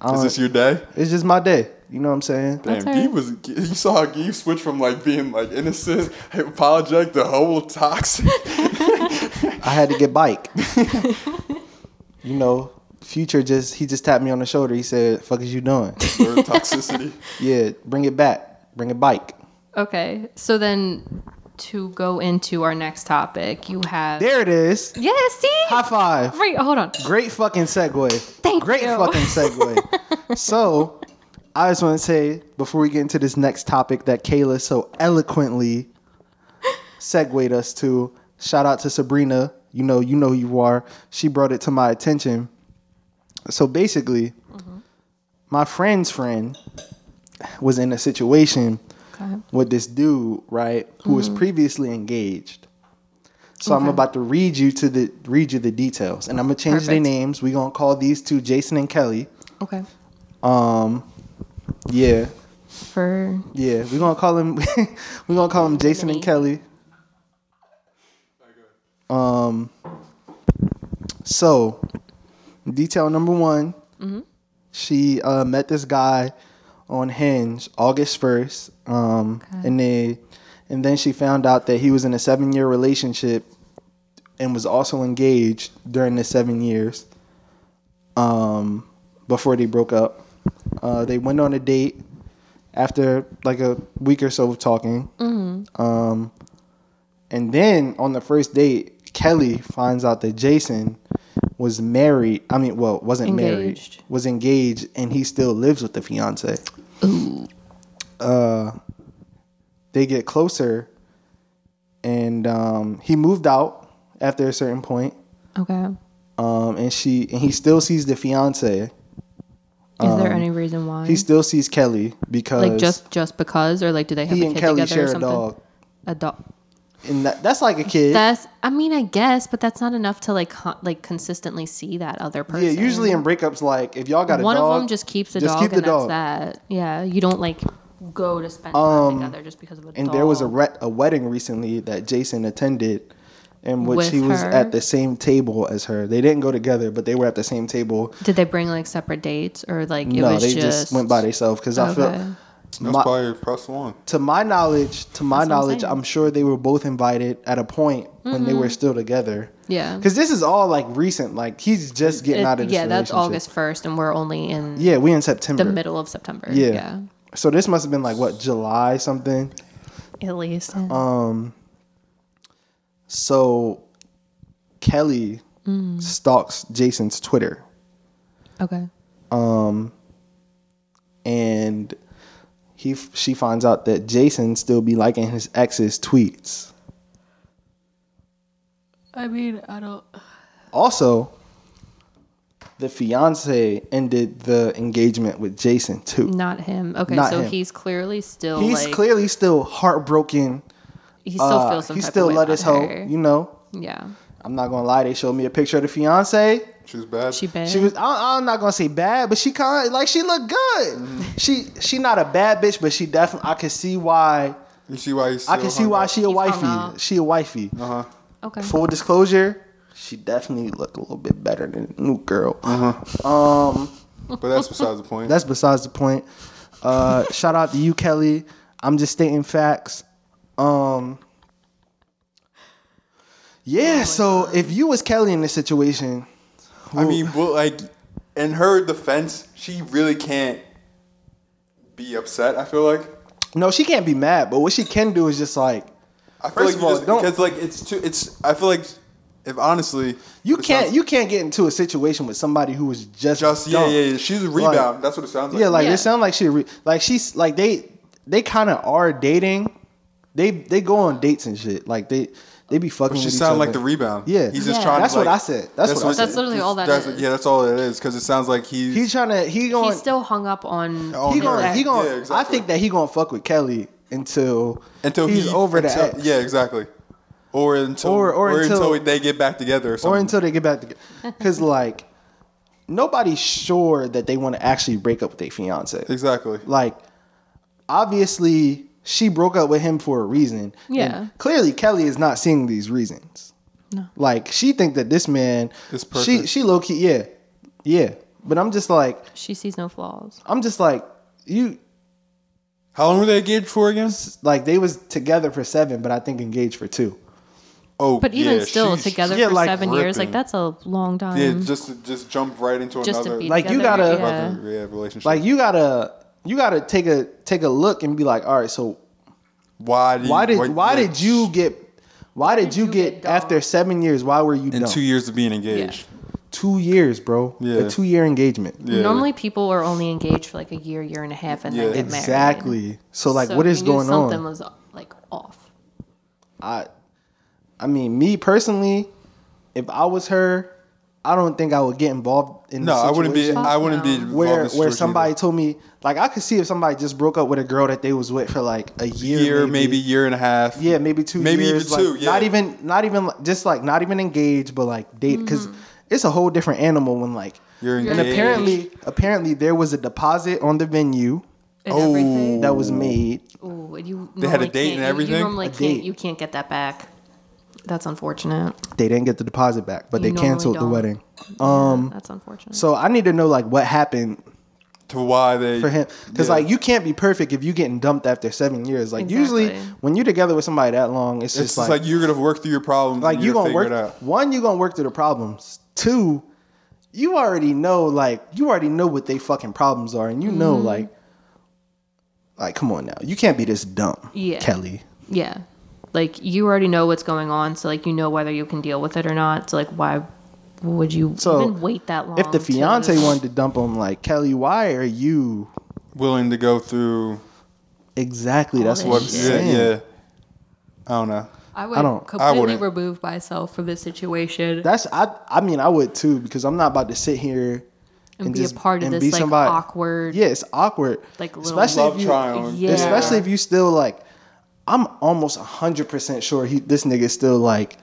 I
Is
don't-
this your day?
It's just my day. You know what I'm saying?
Damn,
That's
Gee
alright.
was. You saw how Gee switched from like being like innocent, apologetic, the whole toxic.
I had to get bike. you know, future just he just tapped me on the shoulder. He said, "Fuck is you doing?
Word toxicity.
yeah, bring it back. Bring a bike."
Okay, so then to go into our next topic, you have
There it is.
yeah. See,
High five.
wait, hold on.
Great fucking segue.
Thank
Great
you.
fucking segue. so, I just want to say before we get into this next topic that Kayla so eloquently segued us to. Shout out to Sabrina. You know, you know who you are. She brought it to my attention. So basically,
Mm-hmm.
my friend's friend was in a situation
Okay. Mm-hmm.
with this dude, right, who was previously engaged. So I'm about to read you to the read you the details, and I'm gonna change their
Perfect.
names. We gonna call these two Jason and Kelly.
Okay,
Um, yeah,
for
yeah, we gonna call them we gonna call them Jason and
Me.
Kelly. Um, so detail number one, she uh, met this guy on Hinge August first, um,
Okay.
and they, and then she found out that he was in a seven year relationship, and was also engaged during the seven years. Um, before they broke up, uh, they went on a date after like a week or so of talking. Um, and then on the first date, Kelly finds out that Jason was married. I mean, well, wasn't married,
Engaged.
was engaged, and he still lives with the fiance. Uh, they get closer, and um, he moved out after a certain point.
okay.
Um, and she and he still sees the fiance.
Is there
Um,
any reason why?
He still sees Kelly because
Mm-hmm. like just just because, or like do they have
he
a
and
kid
Kelly
together or
share a
something?
dog.
A dog.
and that, that's like a kid.
That's. I mean, I guess, but that's not enough to like con- like consistently see that other person.
yeah, usually in breakups, like if y'all got a
one
dog,
of them just keeps the
just
dog,
keep the
and
dog.
that's that. Yeah, you don't like go to spend time together just because of a
Um, and there was a
dog.
re- a wedding recently that Jason attended, in which
With
he was
her?
at the same table as her. They didn't go together, but they were at the same table.
Did they bring like separate dates or like it
no,
was
they
just,
just, went by themselves because
Okay.
I feel.
That's
My,
probably press one.
to my knowledge, to my
That's what I'm
knowledge,
saying. Mm-hmm.
I'm sure they were both invited at a point when they were still together.
Yeah.
Because this is all like recent. Like he's just getting
It-
out of this
yeah, that's
relationship.
August first, and we're only in
Yeah, we in September.
the middle of September.
Yeah.
Yeah,
So this must have been like what July something.
at least.
Um, So Kelly
Mm.
stalks Jason's Twitter
okay,
Um, and he she finds out that Jason still be liking his ex's tweets.
I mean, I don't.
Also, the fiance ended the engagement with Jason too.
Not him. Okay,
Not
so
him.
he's clearly still.
He's
like,
clearly still heartbroken.
He
Uh,
still feels some.
he
type
still
of way
let us
about
hoe,
her.
you know.
Yeah.
I'm not gonna lie, they showed me a picture of the fiance.
She was bad.
She bad.
She was. I, I'm not gonna say bad, but she kind of like she looked good. She she not a bad bitch, but she definitely. I can see why.
You see why? He's
I can see why she a
She's hung
wifey.
up.
She a wifey.
Uh huh.
okay.
Full disclosure, Uh-huh. she definitely looked a little bit better than new girl. Um,
But that's besides the point.
Uh-huh. that's besides the point. Uh, shout out to you, Kelly. I'm just stating facts. Um,
Oh
yeah. so if you was Kelly in this situation,
I mean, but like, in her defense, she really can't be upset. I feel like.
no, she can't be mad. But what she can do is just like
I feel
First
like
of
you
all,
just,
don't-
because like it's too. It's. I feel like if honestly,
You
it
can't
sounds-
you can't get into a situation with somebody who was just
just yeah,
dumb.
yeah yeah. She's a rebound. that's what it sounds like.
Yeah, like
Yeah.
it sounds like she re- like she's like they they kind of are dating. They they go on dates and shit. Like they they be fucking.
She
with each
sound like
other.
the rebound.
Yeah.
he's just
Yeah.
trying.
That's
to,
what
like-
I said. That's what I said.
That's literally all that
that's-
is.
Yeah, that's all it is. Because it sounds like he's.
He trying to he going
He's still hung up on.
Oh,
he
on her.
going he going.
Yeah,
I
exactly.
think that he going to fuck with Kelly until
until
he's
he,
over
until,
that.
Yeah, exactly. Or until
Or-
or,
or
until,
until-
they get back together or something.
or until they get back together. Because like nobody's sure that they want to actually break up with their fiance.
exactly.
like obviously she broke up with him for a reason.
Yeah.
And clearly Kelly is not seeing these reasons.
No.
Like she think that this man
Is
she
perfect.
she low key yeah. Yeah. But I'm just like
She sees no flaws.
I'm just like you
How long were they engaged for again?
like they was together for 7 but I think engaged for 2.
Oh,
But even
yeah,
still,
she's-
together
yeah,
for
like,
seven years, like
ripping.
that's a long time.
Yeah, just to- just jump right into
Just to
another
be
Like, you
together,
gotta-
yeah.
another, yeah, relationship.
Like you got to you got to take a take a look and be like, "All right, so
why? Do you,
why did why
yeah,
did you get why did you get,
get dumb?
after 7 years why were you
in
dumb?
two years of being engaged?
2 years, bro.
Yeah.
A 2 year engagement.
Yeah.
Normally, people are only engaged for like a year, year and a half, and
Yeah.
then get married.
Exactly. So like,
So
what
you
is
knew
going
something
on?
was like off.
I, I mean, me personally, if I was her, I don't think I would get involved in.
No,
the
I wouldn't be.
situation
I wouldn't be
Fuck
involved in
Where
the
where
situation
somebody
either.
told me like I could see if somebody just broke up with a girl that they was with for like a year,
year, maybe year and a half.
yeah, maybe two,
Maybe
years,
even two.
like,
yeah.
not even not even like- just like not even engaged, but like date because
Mm-hmm.
it's a whole different animal when like.
You're
And
engaged.
apparently, apparently there was a deposit on the venue
And
Oh.
everything.
that was made.
Ooh, and you
They had a
normally
date
can't-
and
you-
everything?
You, normally
A
can't.
date.
You can't get that back. That's unfortunate.
They didn't get the deposit back, but
You
they
normally
canceled the
don't.
wedding.
Um, that's unfortunate.
So I need to know like what happened
to why they
for him because
Yeah.
like you can't be perfect if you getting dumped after seven years. Like usually
Exactly.
when you're together with somebody that long, it's,
It's
just
just
like
like,
like,
you're gonna work through your problems. and
you
you're
are gonna
figure it
work
out.
one you gonna work through the problems. Two, you already know like you already know what they fucking problems are, and you know
Mm-hmm.
like like come on now, you can't be this dumb,
Yeah.
Kelly.
yeah, like you already know what's going on, so like you know whether you can deal with it or not. So like, why would you
So,
even wait that long?
If the
to-
fiance wanted to dump him, like Kelly, why are you
Willing to go through
exactly? that's
that
what I'm
shit.
yeah,
saying.
yeah. I don't know.
I would
I don't- I
completely
wouldn't.
remove myself from this situation
That's I. I mean, I would too because I'm not about to sit here
and, be a part of
and
this
be
like
somebody-
awkward.
Yeah, it's awkward.
Like little-
especially
Love
if you,
triangle.
Yeah.
especially if you still like. I'm almost hundred percent sure he this nigga's still like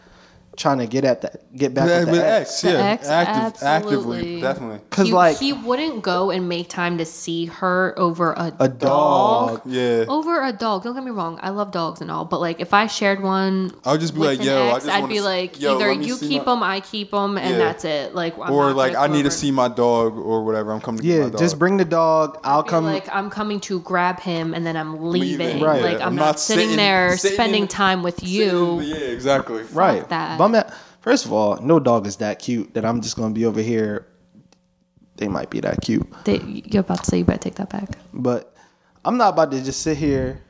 trying to get at that get back
Yeah,
at the
with
ex.
X,
The
yeah,
ex,
active,
absolutely.
actively, definitely.
'Cause,
he,
like-
he wouldn't go and make time to see her over a,
A dog.
Yeah,
Over a dog. Don't get me wrong. I love dogs and all, but like if I shared one,
I'll just be
with
like,
an
yo, I
ex,
just
I'd
wanna
be
s-
like,
yo,
either
let me
you
see
keep
my-
them, I keep them, and
Yeah.
that's it. Like, I'm
or
not
like
gonna
I
come
need to
over.
see my dog or whatever. I'm coming. To
Yeah,
get my dog.
just bring the dog. I'll
Be
come.
like I'm coming to grab him, and then I'm leaving.
Right.
Like
Yeah.
I'm
I'm
not,
not
sitting,
sitting-
there
sitting in
spending
the-
time with
Yeah,
you.
Yeah, exactly.
right.
that.
Bum at, first of all, no dog is that cute that I'm just gonna be over here. They might be that cute,
They- you're about to say you better take that back.
but I'm not about to just sit here.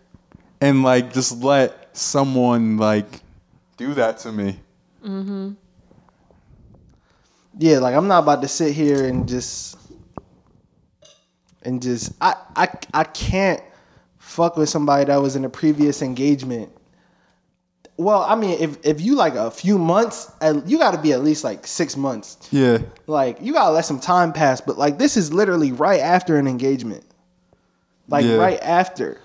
And like, just let someone like do that to me.
Yeah, like I'm not about to sit here and just and just I I I can't fuck with somebody that was in a previous engagement. Well, I mean, if if you like a few months, at- you got to be at least like six months.
Yeah,
Like you gotta let some time pass. But like this is literally right after an engagement, like
Yeah.
right after.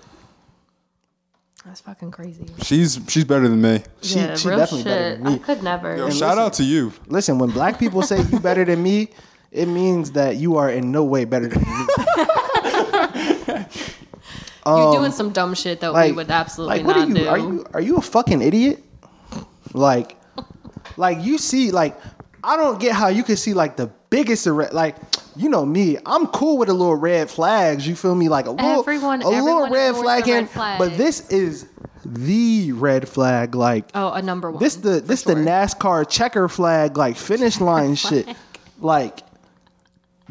That's fucking crazy.
She's she's better than me.
She, she definitely better than
I
me.
could never.
Yo, shout out to you.
Listen, when black people say you better than me, it means that you are in no way better than me.
You're doing some dumb shit that we would absolutely
what
not
are you,
do.
Are you are you a fucking idiot? Like, like you see, like I don't get how you can see like the biggest red. Like you know me, I'm cool with a little red flags. You feel me? Like a little,
Everyone-
a little
everyone
red
ignores
flag
the
here,
red flag.
but this is the red flag. Like
oh, a number one.
this the
for
this the
sure.
NASCAR checker flag like finish line shit. Like,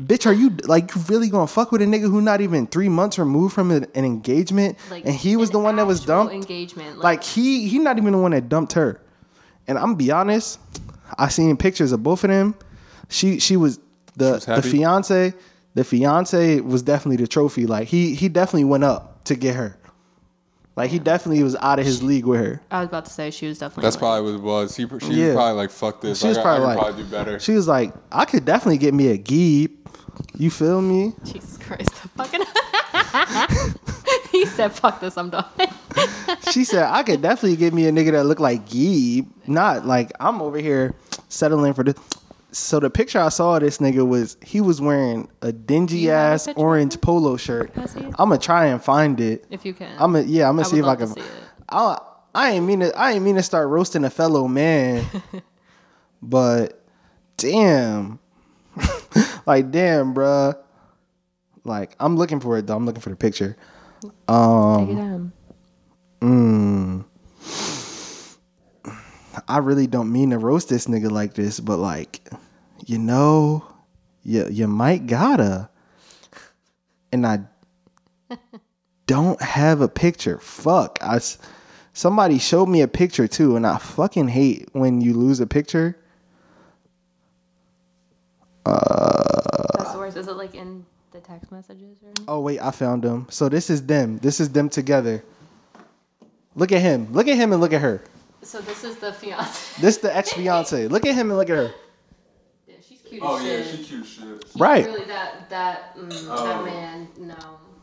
bitch, are you like you really gonna fuck with a nigga who not even three months removed from an, an engagement, and he was
an
the one that was
actual
dumped.
Engagement.
like he he not even the one that dumped her. And I'm gonna be honest, I seen pictures of both of them. She she was the
was
the
happy?
fiance. The fiance was definitely the trophy. Like he he definitely went up to get her. Like he definitely was out of his league with her.
I was about to say she was definitely.
That's
like-
probably what it was. He, she was
Yeah.
probably like, fuck this.
She was
I,
probably
I
like,
could probably do better.
She was like, I could definitely get me a geeb. You feel me?
Jesus Christ, the fucking. he said, "Fuck this, I'm done."
She said, I could definitely get me a nigga that look like geeb. Not like I'm over here settling for this. So the picture I saw of this nigga was he was wearing a dingy
you have a
ass
picture of
orange
him?
polo shirt.
Can I see it?
I'm gonna try and find it.
if you can,
I'm gonna yeah, I'm gonna
I
see if
would
I
love
can.
to see it.
I I ain't mean to I ain't mean to start roasting a fellow man, but damn, like damn, bruh. Like I'm looking for it though. I'm looking for the picture.
Take it down.
I really don't mean to roast this nigga like this, but like, you know, you you might gotta. And I don't have a picture. Fuck. I s- somebody showed me a picture too, and I fucking hate when you lose a picture. Uh,
That's the worst. Is it like in the text messages or?
Oh wait, I found them. So this is them. This is them together. Look at him. Look at him and look at her.
So this is the fiance.
This the ex fiance. Look at him and look at her.
Yeah, she's cute.
Oh
as
yeah,
shit.
she cute shit.
She's
Right.
Really, that that mm,
Oh.
that man. No.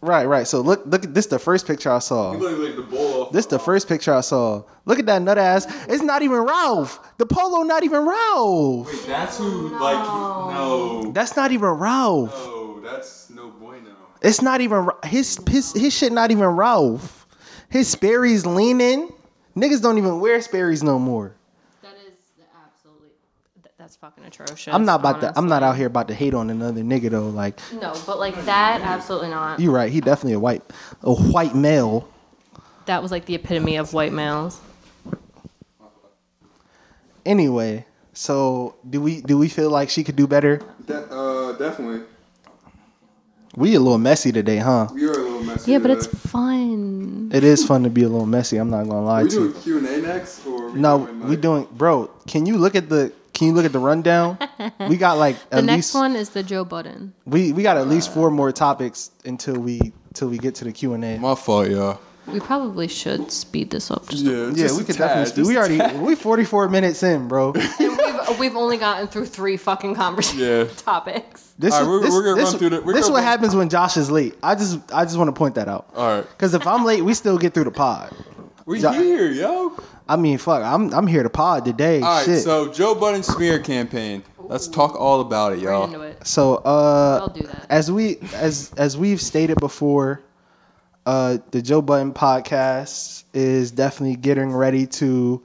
Right, right. So look, look at this. The first picture I saw.
Literally the bowl off.
This the first picture I saw. Look at that nut ass. It's not even Ralph. The polo not even Ralph.
Wait, that's who
Oh,
like no,
That's not even Ralph.
no, that's no bueno.
It's not even Ra- his his his shit not even Ralph. His Sperry's leaning. Niggas don't even wear Sperry's no more.
That is absolutely. That, that's fucking atrocious.
I'm not about to I'm not
honestly.
out here about to hate on another nigga though. Like
No, but like that, absolutely not.
you right, he definitely a white a white male.
That was like the epitome of white males.
Anyway, so do we do we feel like she could do better?
That, uh, definitely.
We a little messy today, huh?
We are a little messy.
Yeah, but it's
today.
fun.
It is fun to be a little messy. I'm not gonna lie
Are we
to you.
doing Q and A next, or are we
No,
doing, like-
we doing, bro. Can you look at the? Can you look at the rundown? we got like
The
at
next
least
one is the Joe Budden.
we we got at least four more topics until we till we get to the Q and A.
My fault, y'all.
We probably should speed this up just
Yeah,
Yeah, we could definitely. We already we 44 minutes in, bro. This
a little. We've, we've only gotten through three fucking conversation
Yeah.
topics.
is
All right, we're-
this,
we're gonna
this-
run through the- we're
this is
gonna
what
run-
happens when Josh is late. I just I just want to point that out.
All right,
Cause if I'm late, we still get through the pod.
we
Yeah.
here, yo.
I mean, fuck, I'm I'm here to pod today.
All right,
Oh, shit. So,
so Joe Budden smear campaign. Let's talk all about it,
Right
y'all.
into it.
uh,
I'll do that.
as we as as we've stated before, uh, the Joe Button podcast is definitely getting ready to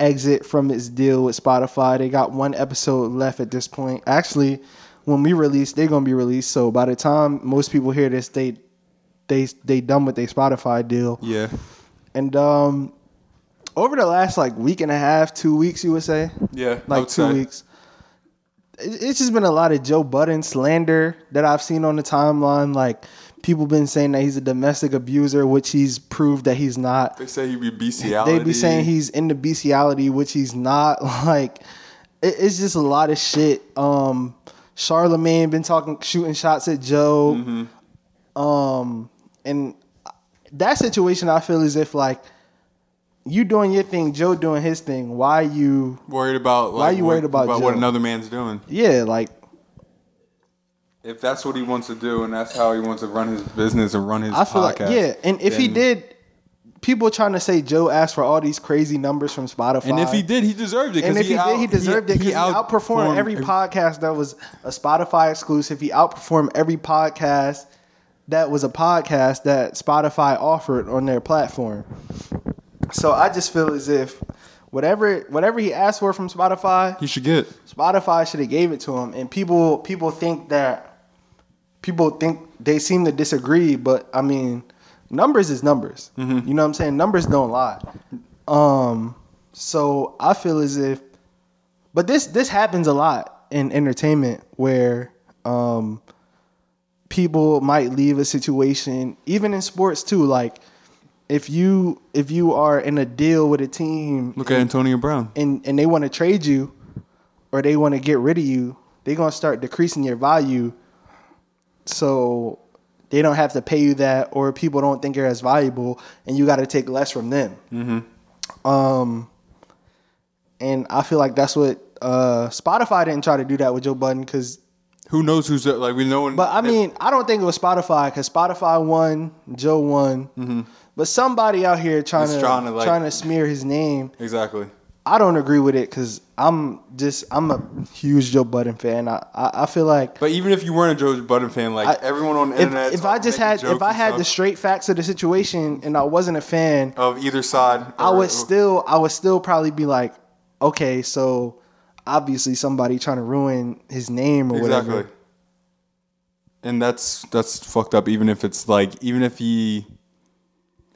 exit from its deal with Spotify. They got one episode left at this point. Actually, when we release, they're gonna be released. So by the time most people hear this, they they they done with their Spotify deal.
Yeah,
And um, over the last like week and a half, two weeks, you would say,
yeah.
like
I would
two
say.
weeks. It- It's just been a lot of Joe Budden slander that I've seen on the timeline. Like people been saying that he's a domestic abuser, which he's proved that he's not.
They say he be bestiality.
They be saying he's into bestiality, which he's not. Like it- it's just a lot of shit. Um, Charlemagne been talking, shooting shots at Joe. Um, and that situation, I feel as if like you doing your thing, Joe doing his thing. Why you?
worried about. Like,
Why you worried
what-
about
what
Joe?
another man's doing?
Yeah, like
If that's what he wants to do, and that's how he wants to run his business and run his
I feel
podcast.
like yeah, and if he
then-
did people trying to say Joe asked for all these crazy numbers from Spotify.
And if he did, he deserved it. 'cause
And if he,
out-
did, he deserved it because he, outperformed every podcast that was a Spotify exclusive. He outperformed every podcast that was a podcast that Spotify offered on their platform. So I just feel as if whatever whatever he asked for from Spotify,
He should get.
Spotify should have gave it to him. And people people think that people think they seem to disagree, but I mean, numbers is numbers. You know what I'm saying? Numbers don't lie. Um, so I feel as if, but this this happens a lot in entertainment where um, people might leave a situation, even in sports too. Like if you if you are in a deal with a team
Look at Antonio Brown.
and and they want to trade you or they want to get rid of you, they're gonna start decreasing your value. So they don't have to pay you that, or people don't think you're as valuable, and you got to take less from them. Um, and I feel like that's what uh, Spotify didn't try to do that with Joe Budden because
Who knows who's that? Like we know. when-
but I mean, I don't think it was Spotify because Spotify won, Joe won, but somebody out here trying
Is
to
trying to, like-
trying to smear his name.
exactly.
I don't agree with it because I'm just I'm a huge Joe Budden fan. I I, I feel like
But even if you weren't a George Budden fan, like
I-
everyone on the
if,
internet,
if I just had if I had the straight facts of the situation and I wasn't a fan,
of either side,
I
or-
would still I would still probably be like, okay, so obviously somebody trying to ruin his name or
exactly.
whatever.
And that's that's fucked up. Even if it's like, even if he,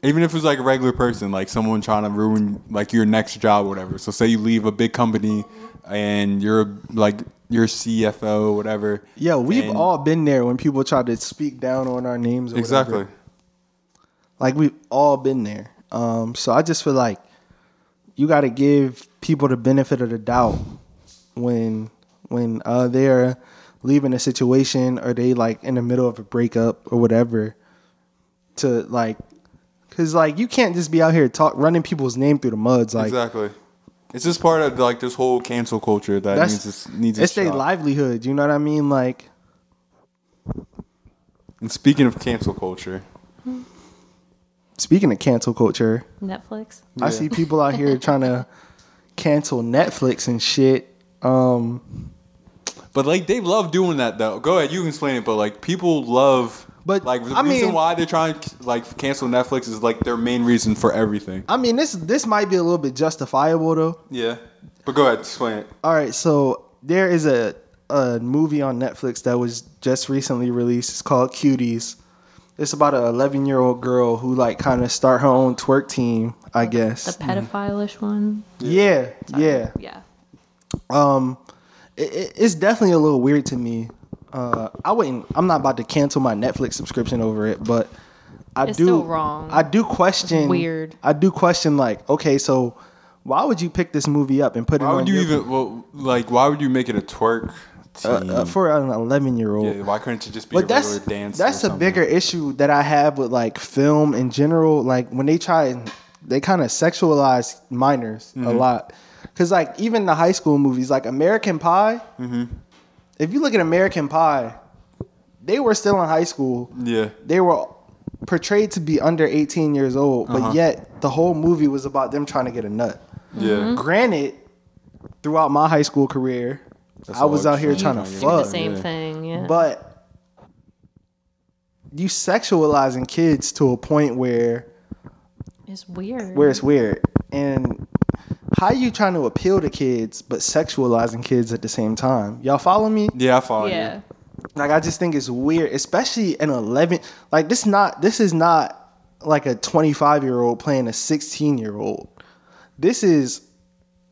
even if it was like a regular person, like someone trying to ruin like your next job, or whatever. So say you leave a big company, and you're like your CFO, whatever.
Yeah, we've
and-
all been there when people try to speak down on our names. Or whatever.
exactly.
Like we've all been there. Um, so I just feel like you got to give people the benefit of the doubt when when uh, they're leaving a situation or they like in the middle of a breakup or whatever. To like, cause like you can't just be out here talk running people's name through the muds. Like
exactly. It's just part of like this whole cancel culture that
that's
needs this needs
it's
its
their
shot.
livelihood. You know what I mean? Like
And speaking of cancel culture,
speaking of cancel culture,
Netflix.
I see people out here trying to cancel Netflix and shit. Um,
but like they love doing that though. Go ahead, you can explain it. But like people love,
But,
like the
I
reason
mean-
why they're trying to like cancel Netflix is like their main reason for everything.
I mean, this this might be a little bit justifiable though.
Yeah, but go ahead, explain it.
All right, so there is a a movie on Netflix that was just recently released. It's called Cuties. It's about an 11 year old girl who like kind of start her own twerk team, I
The
guess.
pedophile-ish one.
Yeah, yeah.
Yeah.
Um, it, it- it's definitely a little weird to me. Uh, I wouldn't. I'm not about to cancel my Netflix subscription over it, but I
It's
do.
still wrong.
I do question.
Weird.
I do question. Like, okay, so why would you pick this movie up and put it
Why
on
would you
your-
even well, like? Why would you make it a twerk? Team?
uh, uh, for an 11 year old?
Mm. yeah, why couldn't it just be a
But that's
regular dance?
that's
or
a
something?
bigger issue that I have with like film in general. Like when they try, and they kind of sexualize minors a
Mm-hmm.
lot. Cause like even the high school movies, like American Pie.
Mm-hmm.
If you look at American Pie, they were still in high school.
Yeah,
They were portrayed to be under 18 years old, but
Uh-huh.
yet the whole movie was about them trying to get a nut.
yeah.
Mm-hmm.
Granted, throughout my high school career,
That's
I was
all
out here
I'm
trying to
saying.
Do the
fuck.
same
Oh, yeah.
thing. Yeah.
But you sexualizing kids to a point where
it's weird.
where it's weird. And how you trying to appeal to kids but sexualizing kids at the same time? Y'all follow me?
Yeah, I follow
yeah.
you.
Like I just think it's weird, especially an eleven like this not this is not like a twenty five year old playing a sixteen year old. This is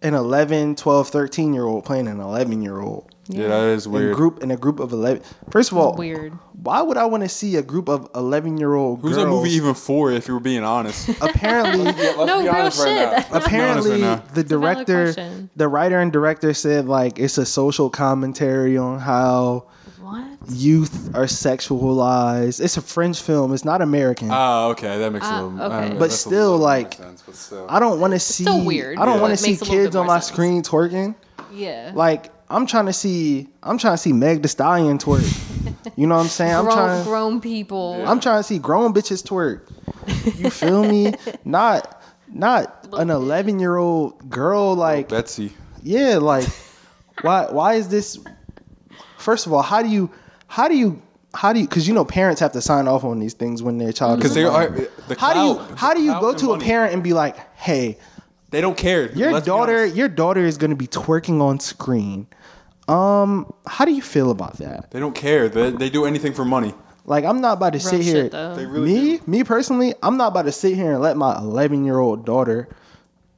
an 11, 12, 13 year old playing an 11 year old
Yeah, that is
in
weird.
group in a group of 11 first of all
Weird.
why would I want to see a group of 11 year old girls?
Who's that movie even for? If you were being honest,
Apparently,
Let's
No,
be
real
honest right
shit.
now. Let's be honest right
apparently,
now.
the
a valid
director,
question.
the writer and director said like it's a social commentary on how
What?
youth are sexualized. It's a French film. It's not American.
Oh, okay, that makes a
Ah,
little.
okay.
alright,
But
that's a
still,
little more
like,
sense, but still.
I don't want to see.
still weird,
I don't
Yeah.
want to
but it
see
makes a little
kids
bit
on
more
my
sense.
screen twerking.
Yeah.
Like I'm trying to see. I'm trying to see Meg The Stallion twerk. You know what I'm saying? I'm
grown,
trying.
grown people.
I'm trying to see grown bitches twerk. You feel me? not not an 11 year old girl. Like
Betsy.
yeah, like why why is this? First of all, how do you how do you how do you? Because you know parents have to sign off on these things when their child.
Because
is
they
born.
are the
How do you
clout-
how
the
do you
clout
go
and
to a
money.
parent and be like, hey,
They don't care.
your
Let's be
daughter
honest.
your daughter is going to be twerking on screen. Um, how do you feel about that?
They don't care. They, they do anything for money.
Like, I'm not about to
Real
sit here.
shit, though.
They really
me,
do.
me personally, I'm not about to sit here and let my 11 year old daughter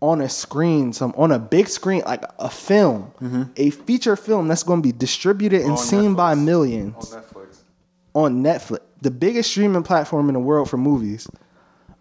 on a screen, some on a big screen, like a film, a feature film that's going to be distributed and
Mm-hmm. On
seen by
Netflix.
millions
Netflix.
on Netflix, the biggest streaming platform in the world for movies.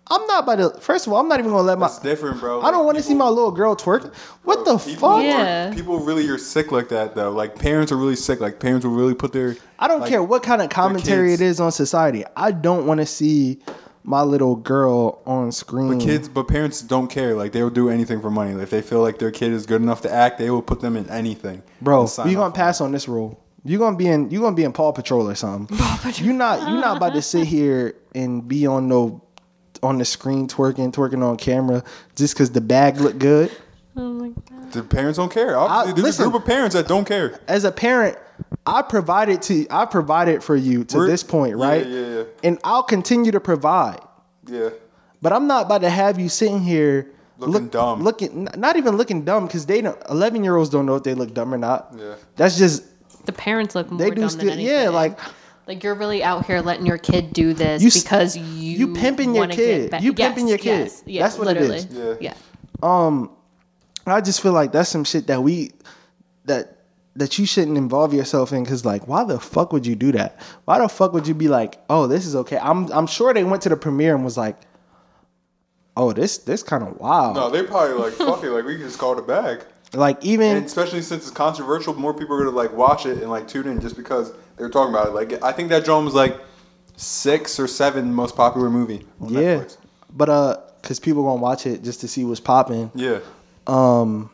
I'm not about to. First of all, I'm not even going to let my.
That's different, bro.
I don't want to see my little girl twerk. What the
people
fuck?
are-
Yeah.
people really are sick like that though. Like parents are really sick. Like parents will really put their.
I don't
like,
care what kind of commentary it
kids.
is on society. I don't want to see my little girl on screen.
Kids, but parents don't care. Like they will do anything for money. If they feel like their kid is good enough to act, they will put them in anything.
bro,
and sign
you gonna
off on
pass on this rule. You gonna be in you gonna be in Paw Patrol or something. You not you not about to sit here and be on no on the screen twerking twerking on camera just because the bag looked good.
Oh my god.
it. The parents don't care. Obviously, there's
listen.
a group of parents that don't care.
As a parent, I provided to I provided for you to
We're-
this point,
yeah,
right?
yeah, yeah.
And I'll continue to provide.
Yeah.
But I'm not about to have you sitting here
Looking dumb.
looking n- not even looking dumb because they don't. Eleven year olds don't know if they look dumb or not.
Yeah.
that's just
The parents look more
They do
dumb
still-
than
yeah,
anything.
like-
like you're really out here letting your kid do this
You s-
because you
you pimping your
wanna
kid.
Get back.
You pimping
Yes,
your kid.
Yes, yeah,
That's what it
literally.
is.
Yeah.
Yeah.
I just feel like that's some shit that we that that you shouldn't involve yourself in because like why the fuck would you do that? Why the fuck would you be like, oh this is okay? I'm I'm sure they went to the premiere and was like, oh this this kind of wild.
No, they probably like fuck it. Like we can just call it a bag.
Like even
And especially since it's controversial, more people are gonna like watch it and like tune in just because they're talking about it. Like I think that drone was like six or seven most popular movie. On
yeah,
Netflix.
but uh, cause people gonna watch it just to see what's popping.
Yeah. Um.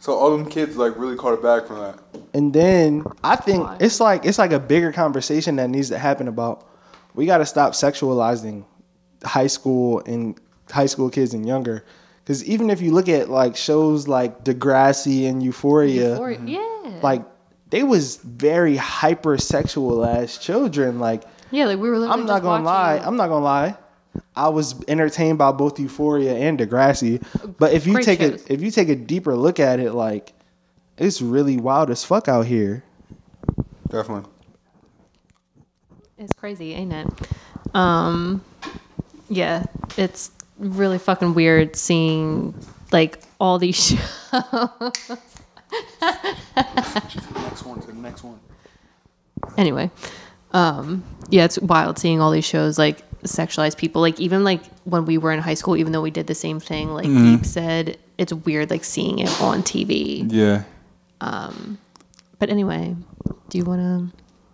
So all them kids like really caught it back from that.
And then I think
Why?
it's like it's like a bigger conversation that needs to happen about we got to stop sexualizing high school and high school kids and younger. Because even if you look at like shows like Degrassi and Euphoria,
Or-
Mm-hmm.
yeah.
like they was very hypersexualized children. Like
yeah, like we were. literally
I'm not
just
gonna lie,
watching-
I'm not gonna lie. I was entertained by both Euphoria and Degrassi, but if you
Great
take
shows.
a if you take a deeper look at it, like it's really wild as fuck out here.
Definitely.
It's crazy, ain't it? Um, yeah, it's really fucking weird seeing like all these shows.
Just the next one to the next one.
anyway, um, yeah, it's wild seeing all these shows like sexualize people. Like even like when we were in high school, even though we did the same thing, like you said, it's weird like seeing it on TV.
Yeah.
But anyway, do you want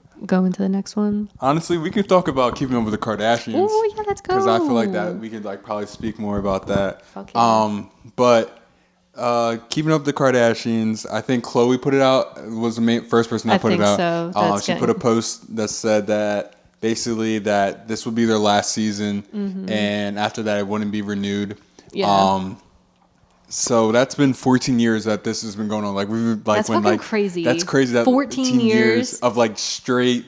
to go into the next one?
Honestly, we could talk about keeping up with the Kardashians.
Ooh, yeah, let's
Because I feel like
go.
that we could like probably speak more about that.
Fuck yeah.
Um, but uh, keeping up with the Kardashians, I think Chloe put it out was the main, first person that
I
put
think
it out.
so.
Uh,
That's
she
good.
put a post that said that basically that this would be their last season, and after that it wouldn't be renewed.
Mm-hmm. Yeah.
Um, so that's been 14 years that this has been going on. Like we've like
That's
when
fucking
like
crazy.
That's crazy. That
14 years.
of like straight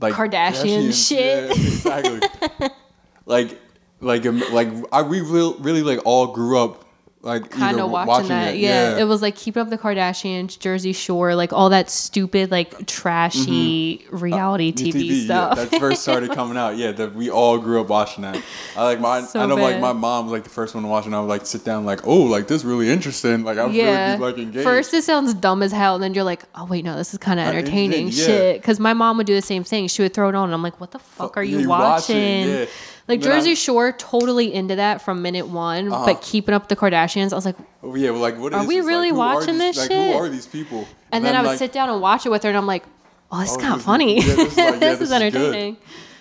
like
Kardashian
Kardashians.
shit.
Yeah, exactly. like like um, like I we real, really like all grew up like
kind
either
of watching, that.
It.
Yeah.
Yeah,
it was like keeping up the Kardashians, Jersey Shore, like all that stupid, like trashy
Mm-hmm. Uh,
reality TV, stuff.
Yeah, that first started coming out. Yeah, that we all grew up watching that. I like my
So
I know like
bad.
my mom was like the first one to watch, and I would like sit down like oh like this really interesting. Like I would
yeah.
really be like engaged.
First, it sounds dumb as hell, and then you're like, "Oh wait, no, this is kind of
Uh, it-
entertaining
yeah.
shit." Because my mom would do the same thing. She would throw it on, and I'm like, "What the fuck are you,
you watch it,
watching?"
yeah.
Like
Then I-
Jersey Shore, totally into that from minute one.
Uh-huh.
But keeping up with the Kardashians, I was like,
Oh, yeah, well, like what
Are
is
we
this? Like,
really
who are
watching
these-
this
like,
shit?
Who are these people?
and, then, I would
like,
sit down and watch it with her, and I'm like, "Oh, this is
Oh,
kind
this
of
is-
funny.
yeah, this is like- yeah,
this
this
is
is good.
entertaining."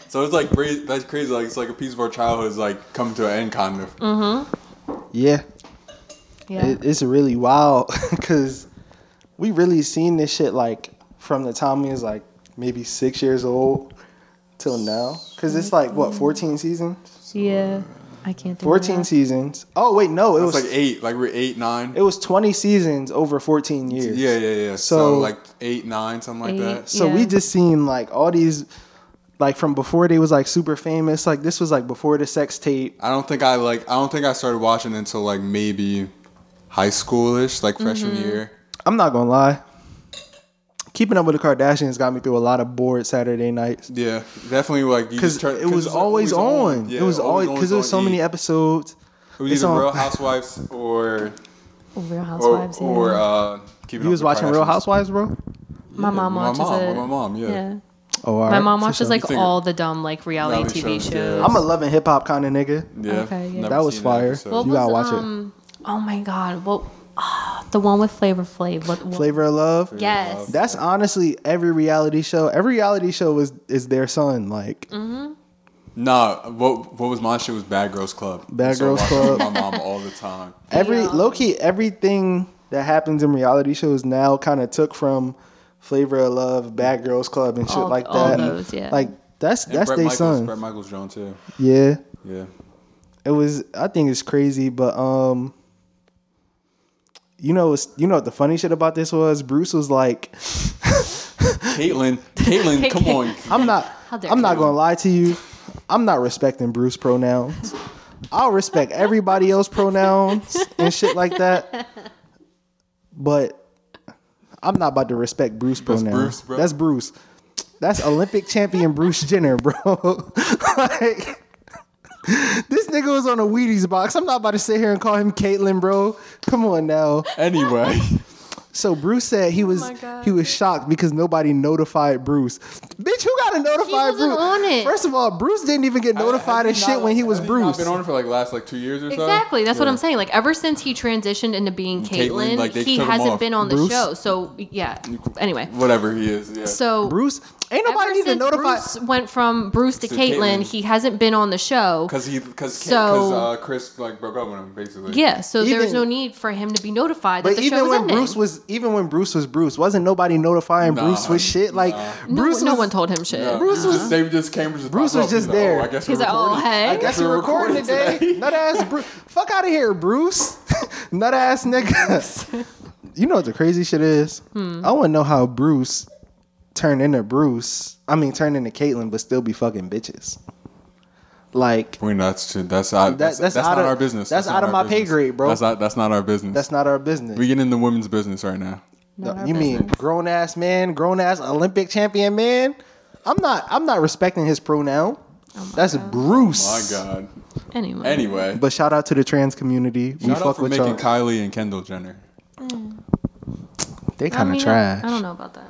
So it's like crazy. That's crazy. Like it's like a piece of our childhood is like coming to an end, kind of.
Mm.
Yeah,
Yeah.
It, it's really wild because we really seen this shit like from the time we was like maybe six years old till now. Because it's like, what, 14 seasons?
Yeah, I can't. Think
14
Of
seasons. Oh, wait, no. It
It's
was
like eight, like we're eight, nine.
it was 20 seasons over 14 years.
yeah, yeah, yeah. So,
So-
like eight, nine, something like
Eight.
that.
So we
Yeah.
just seen like all these, like from before they was like super famous. Like this was like before the sex tape.
I don't think I like. I don't think I started watching until like maybe high schoolish, like freshman
Mm-hmm.
year.
I'm not gonna lie. Keeping up with the Kardashians got me through a lot of bored Saturday nights
Yeah, definitely like you
because
just turn-
it was
it's
always, on.
Yeah,
it was always
on,
because there was
on
so many
E!
episodes.
It was
it's
either
on-
Real Housewives or
that. Real
or,
Housewives. yeah.
or uh, Keeping
You
Up
was
with
watching Real
Kardashians.
Housewives, bro.
my
yeah,
mom
my
watches
mom,
it.
my mom, yeah.
Oh, all
My
right,
mom
for
watches
sure.
like
Figure-
all the dumb like
Reality
reality TV
shows,
shows.
yeah.
I'm a loving hip hop kind of nigga.
Yeah,
Okay, yeah.
never
That was
seen
fire.
episode.
What
You
was,
gotta watch it.
um, Oh my god! What ah, the one with Flavor Flav? What, what-
Flavor of Love.
Yes.
That's honestly every reality show. Every reality show is is their son. Like
Mm-hmm.
Nah, what what was my shit was Bad Girls Club.
Bad
So I
Girls
watched it with
Club.
My mom all the time.
Every
Yeah.
low key, everything that happens in reality shows now kind of took from Flavor of Love, Bad Girls Club, and shit
All-
like
all
that.
those, yeah.
Like that's
And
that's
Brett
their
Michaels,
son.
Brett Michaels Jones too.
Yeah,
Yeah.
it was. I think it's crazy, but um, you know, it's, you know what the funny shit about this was? Bruce was like,
Caitlin, Caitlin, come on.
I'm not,
How dare
I'm not
you.
gonna lie to you, I'm not respecting Bruce pronouns. I'll respect everybody else pronouns and shit like that. But I'm not about to respect Bruce pronouns.
Bruce, bro.
That's Bruce. That's Olympic champion Bruce Jenner, bro. like this nigga was on a Wheaties box. I'm not about to sit here and call him Caitlin, bro. Come on now.
Anyway,
So Bruce said he was
Oh my God.
he was shocked because nobody notified Bruce. Bitch, who got to notify
wasn't
Bruce?
on it.
First of all, Bruce didn't even get notified and shit when he was
I've
Bruce.
been on it for like last like two years or so.
Exactly. That's what
Yeah.
I'm saying. Like ever since he transitioned into being
Caitlyn,
Caitlyn,
like, they
he
took him off.
hasn't been on the
Bruce?
show. So yeah. Anyway,
Whatever he is. Yeah.
so
Bruce ain't nobody
ever
even
since
notified.
Bruce went from Bruce to
To Caitlyn.
Caitlyn, he hasn't been on the show.
Cause he, cause, Ca-
So-
cause uh, Chris like broke up with him basically.
Yeah, so there was
Even-
no need for him to be notified that
But
the
even
show was
when
ending.
Bruce was even when Bruce was Bruce, wasn't nobody notifying
Nah,
Bruce with shit? Like
nah.
no,
Bruce
no
was-
one told him shit.
Yeah.
Bruce was-
Just- they just came just
Bruce was
popped up. He's
just
like, oh,
there.
I guess
He's
we're
like, oh,
recording.
hey.
I guess you're recording today. Nut ass Bruce. Fuck out of here, Bruce. Nut ass nigga. you know what the crazy shit is?
Hmm.
I want to know how Bruce turned into Bruce. I mean, turned into Caitlyn, but still be fucking bitches. Like,
We're nuts too. That's out. that's,
that's
that's,
out
not
of-
our business.
that's
not
out of
our
my pay
business.
grade, bro.
That's not. That's not our business.
that's not our business.
we get into women's business right now.
Not
No,
our
you mean
business.
grown ass man, grown ass Olympic champion man? I'm not. I'm not respecting his pronoun.
Oh
That's
Oh My
Bruce.
God.
Anyway.
Anyway,
But shout out to the trans community. we
shout
fuck
out for
with
making
y'all.
Kylie and Kendall Jenner.
they
I
kind of
mean,
trash.
I, I don't know about that.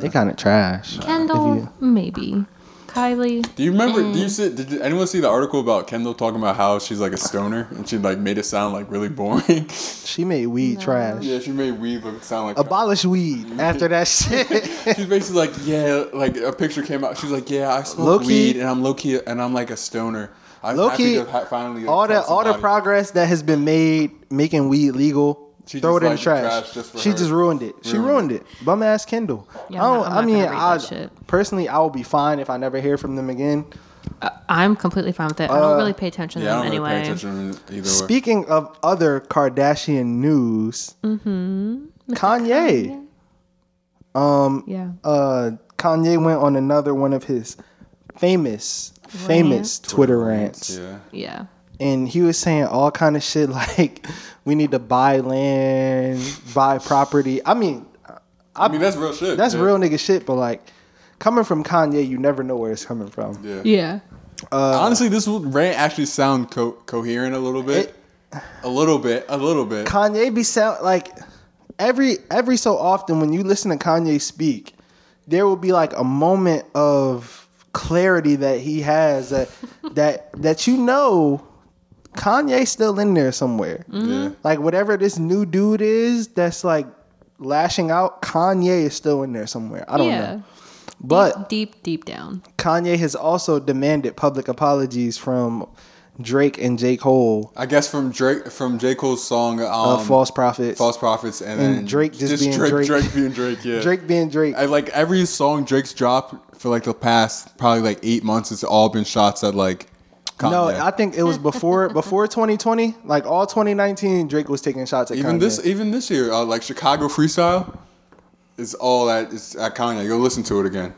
They kind of trash.
Kendall,
If you-
maybe. Kylie.
Do you remember? Do you see? Did you- anyone see the article about Kendall talking about how she's like a stoner and she like made it sound like really boring?
She made weed trash.
yeah, she made weed look sound like.
Abolish weed after that shit.
She's basically like, yeah, like a picture came out. She's like, yeah, I smoke
Low-key-
weed and I'm low key and I'm like a stoner. I'm
Low
happy
key,
to ha- finally. like,
all
tell
the all the
somebody."
progress that has been made making weed legal,
She
throw it
just
in the
like the
trash.
trash just for
she
her.
just ruined it. She ruined
Ruined
it. Bum ass Kendall.
Yeah,
I
I'm
don't.
not- I'm
I
not gonna
mean,
read
I
that shit.
personally I will be fine if I never hear from them again.
I'm completely fine with it. I
Uh,
don't really pay attention to
Yeah, I
them
don't really
anyway.
pay attention to them either way.
Speaking of other Kardashian news,
Mm-hmm.
Kanye. Um,
yeah.
uh, Kanye went on another one of his famous, famous Twitter rants.
Yeah.
Yeah.
and he was saying all kind of shit like we need to buy land, buy property. I mean,
I mean that's real shit.
that's
yeah.
real nigga shit, but like coming from Kanye, you never know where it's coming from.
Yeah.
Yeah.
Honestly, this would rant actually sound co- coherent a little bit,
It-
a little bit, a little bit.
Kanye be sound like every every so often when you listen to Kanye speak, there will be like a moment of clarity that he has that that that you know Kanye's still in there somewhere.
Yeah.
Like whatever this new dude is that's like lashing out, Kanye is still in there somewhere. I don't
yeah.
know. But
deep, deep down.
Kanye has also demanded public apologies from Drake and J. Cole
I guess from Drake from J Cole's song um,
of False Prophets.
False Prophets and,
And
then
Drake just being Drake.
Drake, being Drake, yeah.
Drake being Drake.
I like every song Drake's dropped for like the past probably like eight months. It's all been shots at like. Kanye.
no, I think it was before before 2020. Like all 2019, Drake was taking shots at
even
Kanye.
this even this year uh, like Chicago freestyle is all that is at Kanye. Go listen to it again.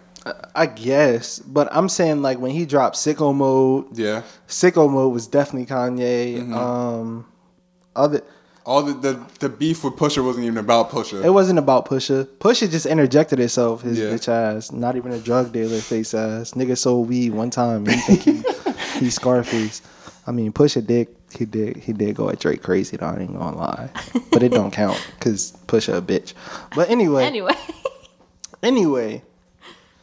I guess, but I'm saying like when he dropped Sicko Mode,
Yeah,
Sicko Mode was definitely Kanye.
Mm-hmm.
Um, other,
all the the, the beef with Pusher wasn't even about Pusher.
it wasn't about Pusha. Pusha just interjected itself. His
Yeah.
bitch ass, not even a drug dealer face ass. Nigga sold weed one time. You think he, he Scarface? I mean, Pusha did. He did. He did go at Drake crazy. Though I ain't gonna lie, but it don't count because Pusha a bitch. But anyway, anyway,
Anyway.
anyway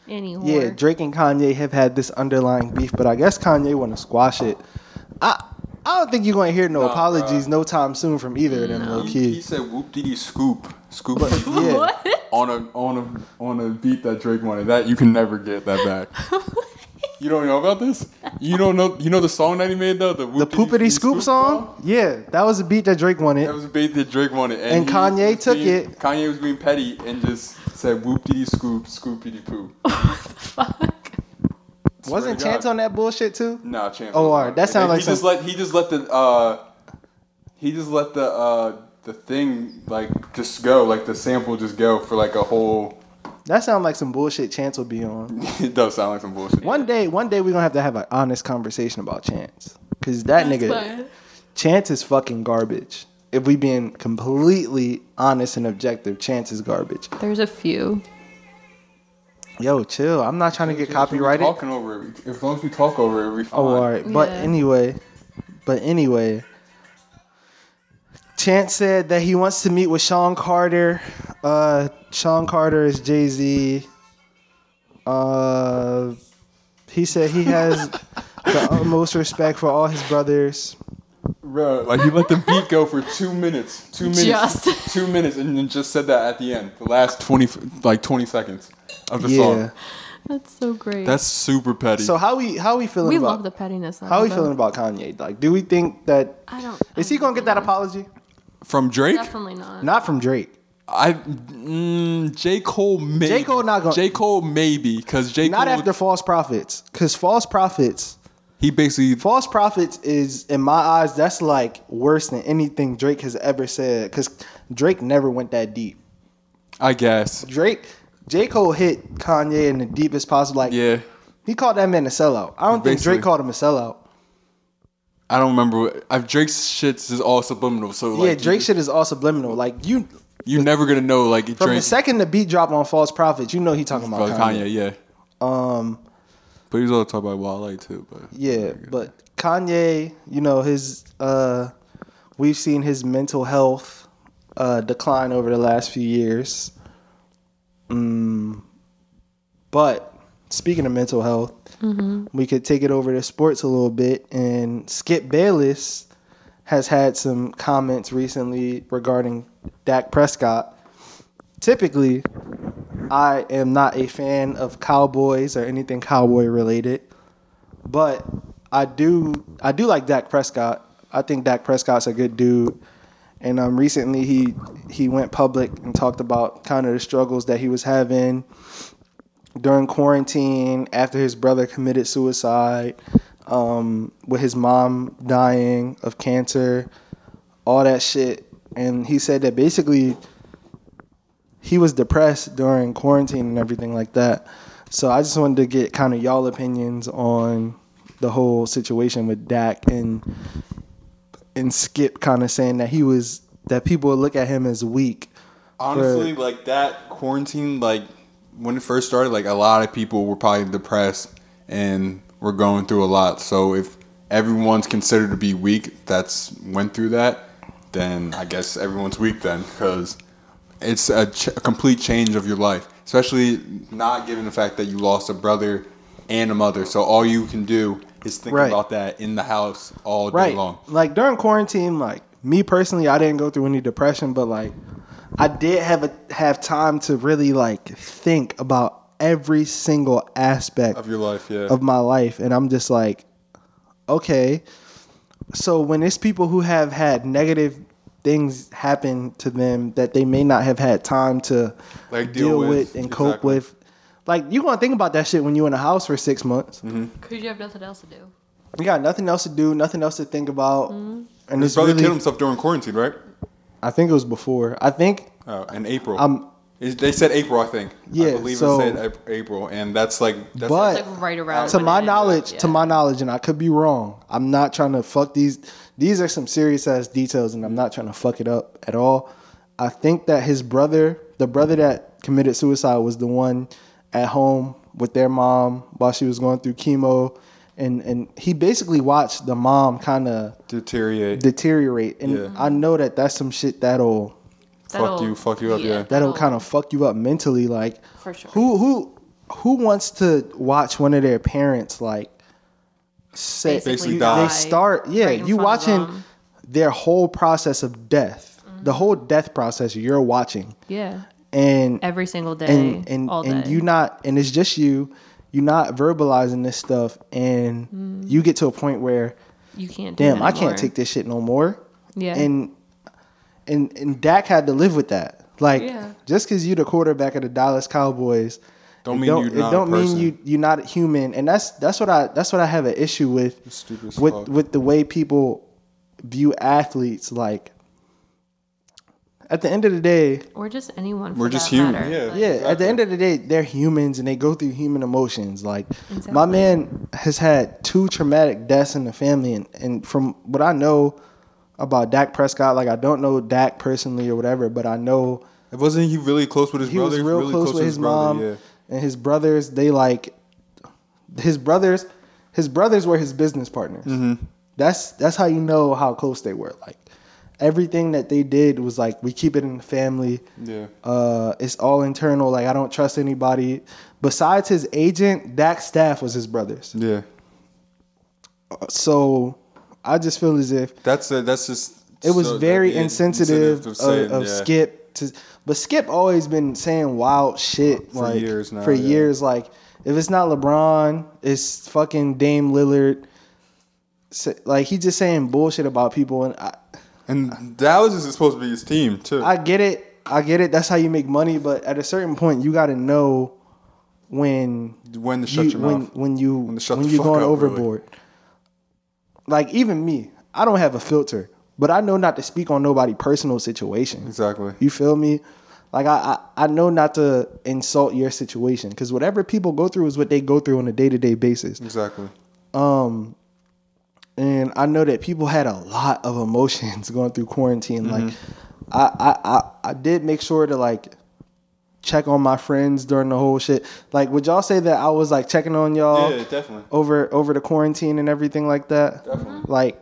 Anyway.
Yeah, Drake and Kanye have had this underlying beef, but I guess Kanye want to squash it. I I don't think you're going to hear no
Nah,
apologies no time soon from either of them, low
he, he
key.
said whoop dee scoop scoop
yeah.
What?
on a on a on a beat that Drake wanted. That you can never get that back. you don't know about this? You don't know? You know the song that he made though, the
The poopity scoop song? Yeah, that was a beat that Drake
That
wanted.
was a beat that Drake wanted,
And Kanye
was
took
being-
it.
Kanye was being petty and just said whoop dee scoop scoopity poo.
Fuck.
Wasn't
Swear to
Chance
God.
on that bullshit too?
No, chance.
Oh,
was
alright,
not.
that sounds
And
like
he just
some-
let he just let the uh, he just let the uh, the thing like just go, like the sample just go for like a whole.
That sounds like some bullshit Chance will be on.
it does sound like some bullshit.
One day, one day we're going to have to have an honest conversation about Chance. Because that nigga,
But
Chance is fucking garbage. If we being completely honest and objective, Chance is garbage.
there's a few.
Yo, chill. I'm not trying to get copyrighted.
Talking over it. As long as we talk over it, we fine.
Oh, all right. But
Yeah.
anyway, but anyway, Chance said that he wants to meet with Sean Carter. Uh, Sean Carter is Jay Z. Uh, he said he has the utmost respect for all his brothers.
Bro, like you let the beat go for two minutes, two minutes,
Just.
two minutes, and then just said that at the end, the last twenty, like twenty seconds of the
Yeah.
song.
That's so great.
That's super petty.
So how we how we feeling?
we
about,
love the pettiness.
How
are
we feeling about Kanye? Like, do we think that
I don't.
is he gonna get that apology?
From Drake,
Definitely not.
Not from Drake.
I mm, J Cole maybe.
J. Cole not gonna-
J Cole maybe because J
Not
Cole
after false prophets, because false prophets.
he basically
False prophets is, in my eyes, that's like worse than anything Drake has ever said. Cause Drake never went that deep.
I guess
Drake, J. Cole hit Kanye in the deepest possible. Like,
yeah.
he called that man a sellout. I don't think
Basically.
Drake called him a sellout.
I don't remember. What, I, Drake's shit's is all subliminal, so like
yeah, Drake
you,
shit is all subliminal. Like you,
You're never gonna know like
from the
Drake
second the beat drop on False Prophets, you know he talking about
about
Kanye.
Kanye. Yeah,
Um,
but he's all talking about Wale too. But
Yeah, but Kanye, you know, his uh we've seen his mental health uh decline over the last few years. Mm, but speaking of mental health, we could take it over to sports a little bit and Skip Bayless has had some comments recently regarding Dak Prescott. Typically, I am not a fan of cowboys or anything cowboy related. But I do I do like Dak Prescott. I think Dak Prescott's a good dude. And um, recently he he went public and talked about kind of the struggles that he was having during quarantine after his brother committed suicide, um, with his mom dying of cancer, all that shit. And he said that basically he was depressed during quarantine and everything like that. So I just wanted to get kind of y'all opinions on the whole situation with Dak and and Skip kind of saying that he was that people would look at him as weak.
honestly, like that quarantine, like when it first started, like a lot of people were probably depressed and were going through a lot. So if everyone's considered to be weak, that's went through that, then I guess everyone's weak then because it's a, ch- a complete change of your life, especially not given the fact that you lost a brother and a mother. So all you can do is think
Right.
about that in the house all day
right.
long.
Like during quarantine, like me personally, I didn't go through any depression, but like I did have a have time to really like think about every single aspect
Of your life, yeah.
of my life and I'm just like okay so when it's people who have had negative things happen to them that they may not have had time to
Like,
deal,
deal
with,
with,
and cope
exactly.
with like you're gonna think about that shit when you're in the house for six months
Mm-hmm.
Because you have nothing else to do.
you got nothing else to do nothing else to think about and
His
it's
brother
really
killed himself during quarantine, right?
i think it was before i think
Oh, in April.
Um,
Is- they said April, I think. I
Yeah,
believe
so-
it said Ap- April, and that's like. That's
But-
like-
It's like right around.
to
when it
my
ended,
knowledge, to
yeah.
my knowledge, and I could be wrong. I'm not trying to fuck these. These are some serious ass details, and I'm not trying to fuck it up at all. I think that his brother, the brother that committed suicide, was the one at home with their mom while she was going through chemo, and and he basically watched the mom kind of
deteriorate.
deteriorate. And
Yeah.
I know that that's some shit that'll
fuck you, fuck you up, yeah.
that'll kind of fuck you up mentally. Like,
For sure.
who who who wants to watch one of their parents like say
Basically
Basically
you-
die.
They start, yeah,
right in
you
front of
watching
them. Mm-hmm.
their whole process of death, the whole death process. You're watching,
Yeah.
and
Every single day.
and and
all
and
day.
you not, and it's just you. You're not verbalizing this stuff, and you get to a point where,
You can't. Do
damn,
that
I can't
Mm. anymore.
take this shit no more.
Yeah.
And and and Dak had to live with that. Like
Yeah.
just because you the quarterback of the Dallas Cowboys,
Don't
it
mean you're
it
not a
don't mean
person.
you you're not human. And that's that's what I that's what I have an issue with
Stupid as
with
fuck.
with the way people view athletes. Like at the end of the day,
Or just anyone. For
We're just
that
human,
matter.
yeah.
Like,
yeah, at
Exactly.
the end of the day, they're humans and they go through human emotions. Like my
Exactly.
man has had two traumatic deaths in the family, and, and from what I know about Dak Prescott, like I don't know Dak personally or whatever, but I know
Wasn't he really close with his
he
brother?
was real
really
close, with his, mom
Brother, yeah.
and his brothers. They like his brothers. His brothers were his business partners.
Mm-hmm.
That's that's how you know how close they were. Like everything that they did was like we keep it in the family.
Yeah.
Uh, it's all internal. Like I don't trust anybody besides his agent. Dak's staff was his brothers.
Yeah.
So I just feel as if
That's a, that's just.
it was
so-
very
that'd be
insensitive of,
saying,
of
yeah.
Skip to, but Skip always been saying wild shit
For
like
years now,
For
yeah.
years, like if it's not LeBron, it's fucking Dame Lillard. So, like he just saying bullshit about people, and I,
And Dallas is supposed to be his team too.
I get it, I get it. That's how you make money, but at a certain point, you got to know when
when to shut
you,
your
when
mouth.
when you
When to shut
when
the
you're
fuck
going
up, really.
overboard. Like even me, I don't have a filter, but I know not to speak on nobody personal situation.
Exactly.
You feel me? Like I, I, I know not to insult your situation because whatever people go through is what they go through on a day to day basis.
Exactly.
And I know that people had a lot of emotions going through quarantine.
Mm-hmm.
Like I, I, I, I did make sure to like check on my friends during the whole shit. Like would y'all say that I was like checking on y'all?
Yeah, definitely.
over over the quarantine and everything like that.
Definitely.
Like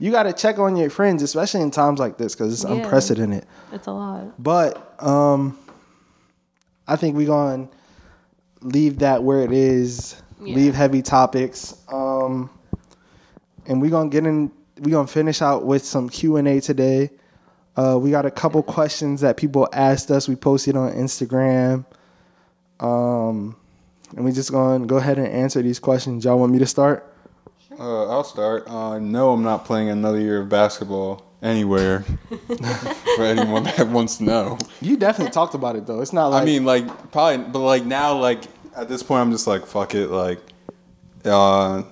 you got to check on your friends, especially in times like this, because it's
Yeah.
unprecedented.
It's a lot.
But um, I think we're going to leave that where it is.
Yeah.
Leave heavy topics. Um, and we're going to get in. We're going to finish out with some Q&A today. Uh, we got a couple questions that people asked us. We posted on Instagram. Um, and we just going to go ahead and answer these questions. Y'all want me to start?
Uh, I'll start. Uh, no, I'm not playing another year of basketball anywhere. for anyone that wants to know.
You definitely talked about it, though. It's not like.
I mean, like probably, but like now, like at this point, I'm just like fuck it, like, uh,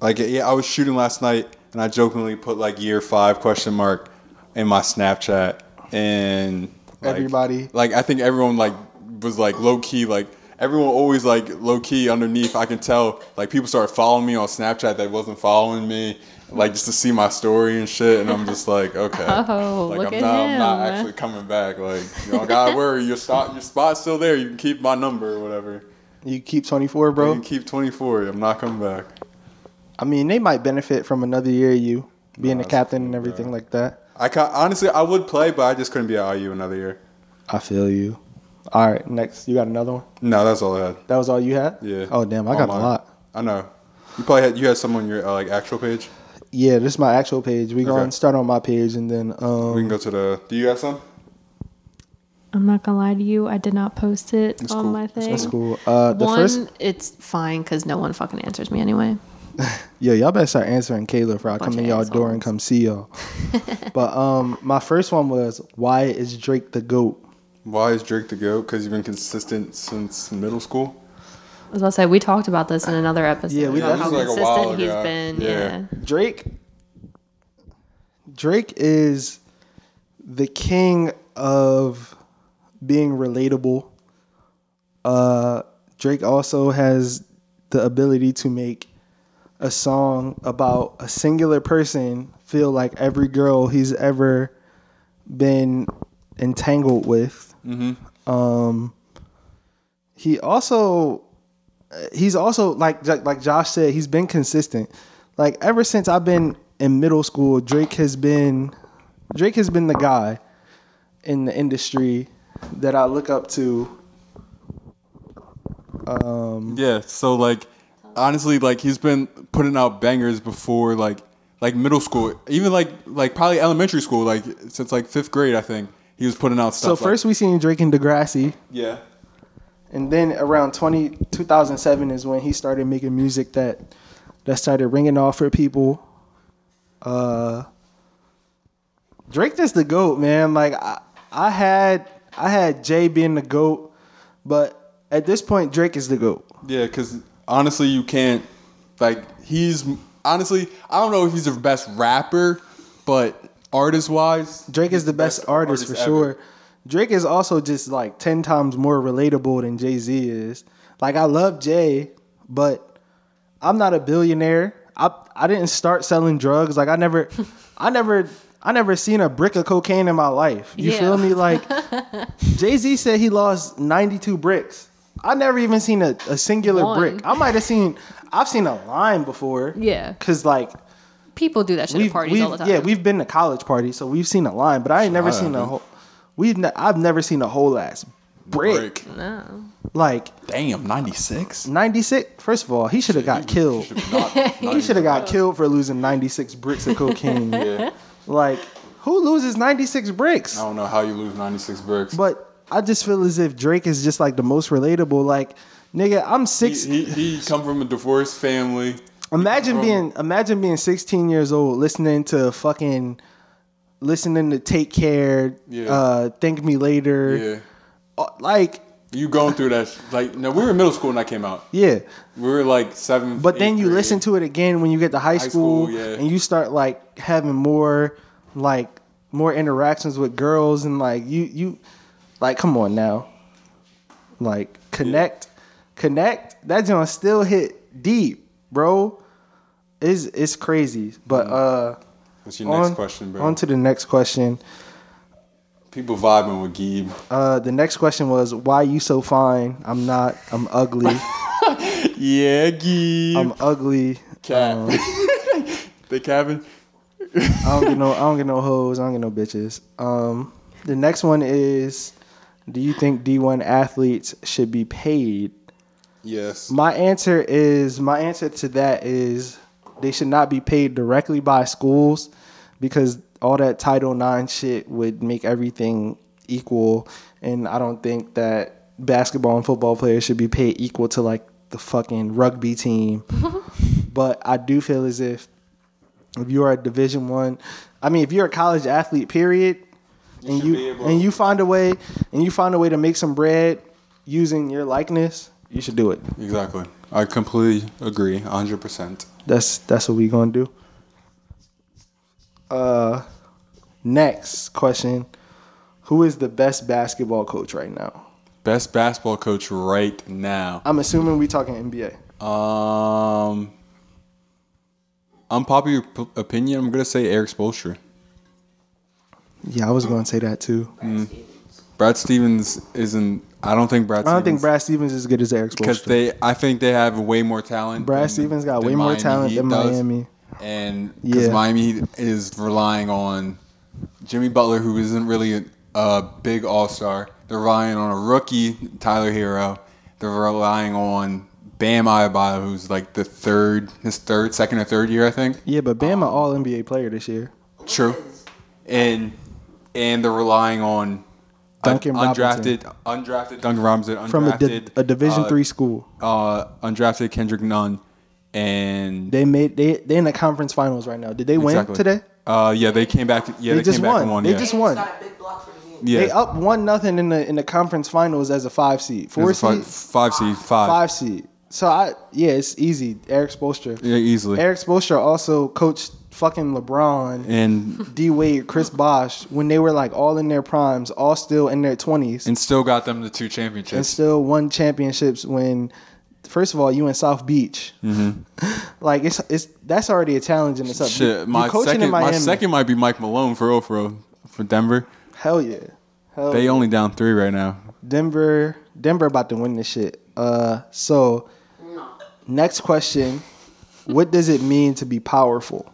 like yeah, I was shooting last night, and I jokingly put like year five question mark in my Snapchat, and like-
Everybody.
like I think everyone like was like low key, like everyone always like low key underneath. I can tell like people started following me on Snapchat that wasn't following me. Like just to see my story and shit, and I'm just like, okay,
Oh,
like
look
I'm
at
not, I'm not
him.
actually coming back. Like you don't gotta worry, your spot, your spot's still there. You can keep my number or whatever.
You keep 24,
You
bro.
can keep 24. I'm not coming back.
I mean, they might benefit from another year of you being
Nah,
a
that's
captain
cool,
and everything
bro.
like that.
I ca honestly, I would play, but I just couldn't be at IU another year.
I feel you. All right, next. You got another one?
No, that's all I had.
That was all you had?
Yeah.
Oh, damn. I got
Online.
a lot.
I know. You probably had you had some on your uh, like actual page.
Yeah, this is my actual page. We're going
Okay.
to start on my page and then. um
We can go to the. Do you have some?
I'm not gonna lie to you. I did not post it
It's
on
cool.
my
It's
thing.
That's cool. Uh, the
One,
first.
it's fine because no one fucking answers me anyway.
Yeah, y'all better start answering Kayla for I
Bunch
come in
of
y'all door
assholes.
and come see y'all. but um, my first one was why is Drake the goat?
Why is Drake the goat? Because he's been consistent since middle school.
I was about to say we talked about this in another episode.
Yeah, we
Yeah,
did.
how
this was like a
consistent
while
he's
ago.
been.
Yeah.
Yeah.
Drake. Drake is the king of being relatable. Uh, Drake also has the ability to make a song about a singular person feel like every girl he's ever been entangled with. Um, he also he's also like like Josh said, he's been consistent. Like ever since I've been in middle school, Drake has been Drake has been the guy in the industry that I look up to.
Yeah, so like honestly, like he's been putting out bangers before like like middle school, even like like probably elementary school, like since like fifth grade, I think he was putting out
So
stuff. like-
first we seen Drake in Degrassi,
yeah,
and then around 20, 2007 is when he started making music that that started ringing off for people. Uh, Drake is the goat, man. Like I, I had I had Jay being the goat, but at this point Drake is the goat.
yeah, because honestly, you can't like he's honestly I don't know if he's the best rapper, but artist wise,
Drake is the best, artist, for sure. Drake is also just like 10 times more relatable than Jay Z is. Like, I love Jay, but I'm not a billionaire. I, I didn't start selling drugs. Like, I never, I never, I never seen a brick of cocaine in my life. You
Yeah.
feel me? Like, Jay Z said he lost 92 bricks. I never even seen a, a singular
One.
brick. I might have seen, I've seen a line before.
Yeah.
Cause like
People do that shit at parties
we've,
all the time.
Yeah, we've been to college parties, so we've seen a line, but I ain't never
Shout
seen
out.
a whole. We've ne- I've never seen a whole ass brick.
Break.
No.
Like
Damn, ninety six.
96. First of all, he should have got killed. He should have got killed for losing 96 bricks of cocaine.
Yeah,
Like who loses 96 bricks?
I don't know how you lose ninety six bricks.
But I just feel as if Drake is just like the most relatable. Like nigga, I'm six.
he, he, he come from a divorced family.
Imagine
Bro.
being imagine being 16 years old listening to fucking listening to Take Care,
Yeah.
uh Thank Me Later.
Yeah.
Uh, like
You going through that? sh- Like, no, we were in middle school when that came out.
yeah,
We were like seven.
but then you listen to it again when you get to high school,
school, yeah.
and you start like having more like more interactions with girls and like you you like come on now. Like connect connect that joint still hit deep, bro. Is it's crazy. But uh
What's your Mm. next
on,
question, bro?
on to the next question.
People vibing with Gabe.
Uh the next question was why you so fine? I'm not. I'm ugly.
Yeah, Gabe.
I'm ugly.
Cat. they cabin.
I don't get no I don't get no hoes, I don't get no bitches. Um the next one is do you think D1 athletes should be paid?
Yes.
My answer is my answer to that is they should not be paid directly by schools because all that Title IX shit would make everything equal and I don't think that basketball and football players should be paid equal to like the fucking rugby team. but I do feel as if if you are a division one I, mean if you're a college athlete period and
should
you
be able-
and you find a way and you find a way to make some bread using your likeness you should do it
Exactly. I completely agree, hundred percent.
that's that's what we gonna do uh next question who is the best basketball coach right now
Best basketball coach right now.
i'm assuming we talking nba
Um, unpopular p- opinion. I'm gonna say Eric Spoelstra.
yeah i was gonna say that too
Brad Stevens isn't. I don't think Brad.
i don't think
Stevens-
brad stevens is as good as eric
because
Spoelstra.
they I think they have way more talent.
brad
than-
stevens got
than
way more
Miami
talent
Heat
than
does.
miami
and because
Yeah.
Miami Heat is relying on Jimmy Butler, who isn't really a, a big All Star. They're relying on a rookie Tyler Hero. They're relying on Bam Adebayo, who's like the third, his third, second or third year, I think.
yeah but
Um,
bama all nba player this year
True, and and they're relying on. un-
Duncan Robinson.
undrafted, undrafted Duncan Robinson, undrafted
from a, di- a division
uh,
three school
uh, undrafted Kendrick Nunn and
They made they they in the conference finals right now. Did they win
Exactly.
today?
Uh, yeah, they came back. Yeah,
They
they,
just
came back
won.
and won.
They
yeah.
just won.
Got a big block for the team.
yeah.
They up one nothing in the in the conference finals as a five seed,
It
four
was a fi-
seed,
five seed, five.
five seed. So I yeah, it's easy. Eric Spoelstra.
Yeah, easily.
Eric Spoelstra also coached fucking LeBron,
and
D Wade, Chris Bosh when they were like all in their primes, all still in their twenties,
and still got them the two
and
championships.
still won championships when first of all you in South Beach.
Mm-hmm.
like it's it's that's already a challenge in itself.
Shit,
You-
my
you coaching
second,
in Miami.
my second might be Mike Malone for real, for real, for Denver.
Hell yeah. Hell
They
yeah.
only down three right now.
Denver Denver about to win this shit. Uh so next question. What does it mean to be powerful?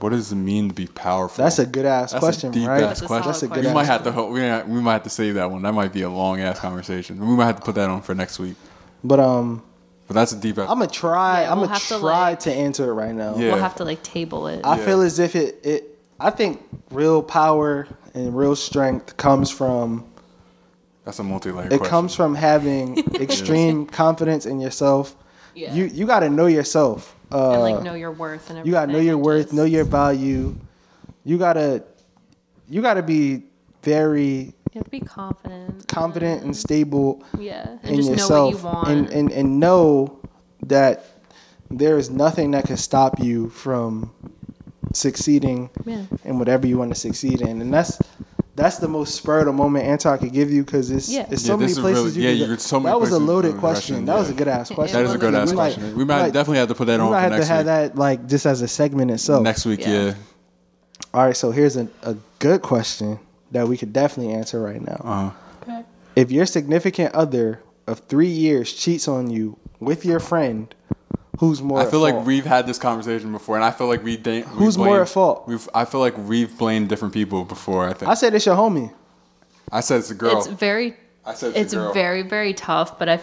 What does it mean to be powerful?
That's a good ass
That's a
question,
deep
right?
ass
That's a question.
That's a
solid
good
We
question.
might
ass.
have to ho- we might, we might have to save that one. That might be a long ass conversation. We might have to put that on for next week.
But um
But that's a deep ass.
I'm gonna try
Yeah,
I'm
we'll
gonna
have to,
try
like-
to answer it right now.
Yeah.
We'll have to like table it.
I
Yeah.
feel as if it, it I think real power and real strength comes from
that's a multi layered.
it comes from having extreme confidence in yourself.
Yeah.
You you gotta know yourself. Uh,
and like know your worth and everything.
You gotta know your
and
worth,
just-
know your value. You gotta, you gotta be very
You have to be confident.
confident and stable
Yeah.
in
And just know what
yourself,
you want.
and, and and know that there is nothing that can stop you from succeeding
Yeah.
in whatever you want to succeed in, and that's. That's the most spur of the moment answer I could give you because it's,
Yeah.
it's
Yeah,
so many
this is
places
really-
you
yeah,
could
you
go-
could- so many
That was a
places
loaded
in
question.
Russian,
That was a
yeah.
good ass question.
That is a
Well,
good
then
ass
we
might-
question. we might
might-
definitely have to put that
We
on
might
for
have to
next
have
week.
that like just as a segment itself.
Next week,
Yeah.
yeah.
All right, so here's a, a good question that we could definitely answer right now.
Uh,
If your significant other of three years cheats on you with your friend, who's more?
I
at
feel like
fault?
we've had this conversation before, and I feel like we da- we
Who's more
blamed-
at fault?
We've I feel like we've blamed different people before. I think
I
I,
said it's your homie.
said it's a girl.
It's very
I said it's,
it's
a girl.
very, very tough, but I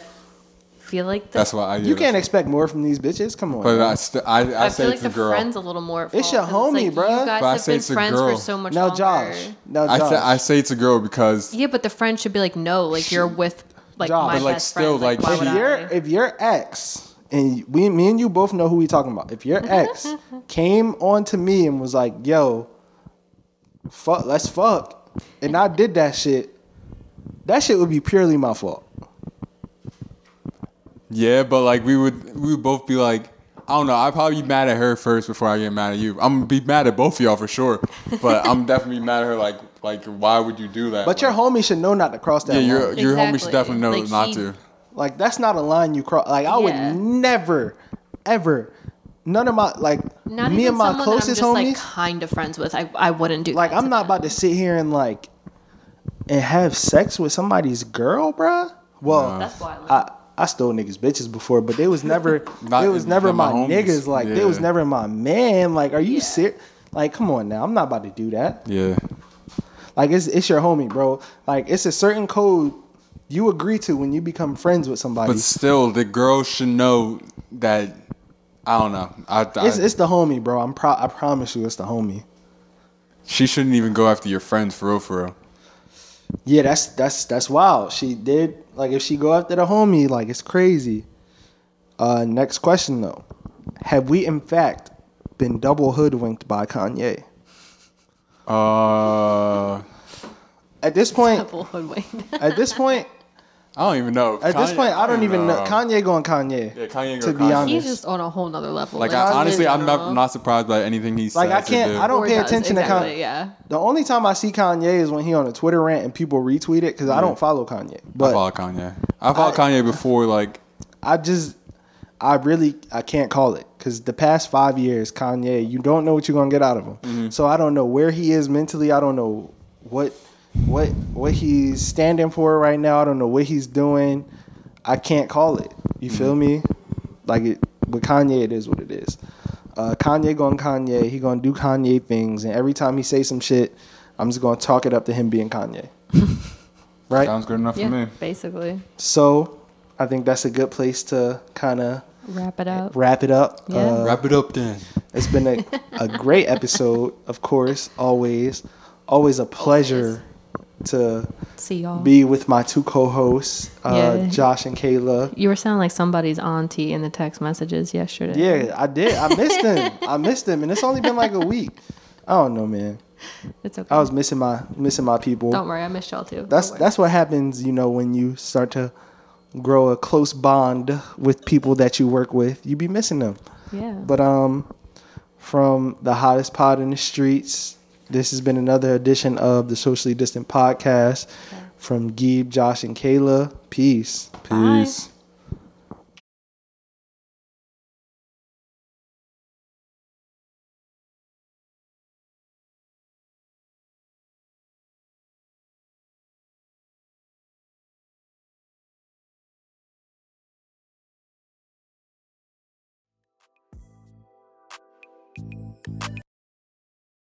feel like the,
that's why I. Yeah,
you can't
that's-
expect more from these bitches. Come on.
But
man.
I st- I, I,
I
say
feel like
it's
the
a girl.
friend's a little more. At
It's
fault,
your
'cause
homie,
it's like,
bruh.
You guys
But I
have
say
been
it's a
friends
girl.
for so much
now,
longer.
Josh. Now,
I
Josh.
say, I say it's a girl because
Yeah, but the friend should be like, no, like you're with like
Josh.
my
But,
like,
best
still,
friend. Like,
like,
why
if
would
if your
I?
if your ex and we, me and you both know who we talking about. If your ex came on to me and was like, "Yo, fuck, let's fuck," and I did that shit, that shit would be purely my fault.
yeah, but like we would we would both be like. I don't know. I'd probably be mad at her first before I get mad at you. I'm gonna be mad at both of y'all for sure, but I'm definitely mad at her. Like, like, why would you do that?
But your
Like,
homie should know not to cross that
yeah, your
line.
your homie should
Exactly.
definitely know
Like,
not
he-
to.
Like that's not a line you cross. Like I
Yeah.
would never, ever, none of my like
Not
me
even
and my
someone that I'm
closest
just
homies.
like kind of friends with. I, I wouldn't do.
Like
that
I'm
to
not
them.
about to sit here and like and have sex with somebody's girl, bruh. Well,
That's wild.
I I stole niggas bitches before, but they was never
Not-
they was never
not
my,
my homies.
niggas. Like they was
Yeah.
never my man. Like are you
Yeah.
serious? Like come on now, I'm not about to do that.
Yeah,
Like it's it's your homie, bro. Like it's a certain code you agree to when you become friends with somebody.
But still, the girl should know that. I don't know. I, I-
it's it's the homie, bro. I'm pro- I promise you, it's the homie.
she shouldn't even go after your friends for real, for real.
Yeah, that's that's that's wild. She did like if she go after the homie, like it's crazy. Uh next question though. Have we in fact been double hoodwinked by Kanye?
Uh, I
At this point
Double hoodwinked.
at this point
don't even know.
at this
Kanye-
point I don't even know. Kanye going Kanye.
Yeah, Kanye
to
go
be
Kanye.
honest.
He's just on a whole nother level.
Like I, uh,
Kanye
honestly, I'm not
general.
not surprised by anything he says.
Like, I
or
can't-
do.
I don't
Or
pay
does,
attention to Kanye.
exactly, Yeah.
the only time I see Kanye is when he on a Twitter rant and people retweet it because I don't follow Kanye.
I
But
follow Kanye. I followed Kanye before. Like
I just, I really, I can't call it because the past five years, Kanye, you don't know what you're gonna get out of him. So I don't know where he is mentally. I don't know what, what, what he's standing for right now. I don't know what he's doing. I can't call it. You feel me? Like it with Kanye, it is what it is. Uh, Kanye going Kanye. He gonna do Kanye things, and every time he say some shit, I'm just gonna talk it up to him being Kanye. right.
sounds good enough
Yeah.
for me.
Basically,
So I think that's a good place to kind of
wrap it up.
wrap it up.
Yeah.
Uh,
Wrap it up then.
it's been a, a great episode, of course, always. Always a pleasure to
See y'all.
be with my two co-hosts, uh,
Yeah.
Josh and Kayla.
you were sounding like somebody's auntie in the text messages yesterday.
Yeah, I did. I missed them. I missed them, and it's only been like a week. I don't know, man.
It's okay.
I was missing my missing my people.
Don't worry, I missed y'all too. Don't
That's
worry.
that's what happens, you know, when you start to grow a close bond with people that you work with. You be missing them.
yeah.
But um, from the hottest pod in the streets, this has been another edition of the Socially Distant Podcast from Geeb, Josh, and Kayla. Peace.
Bye.
Peace.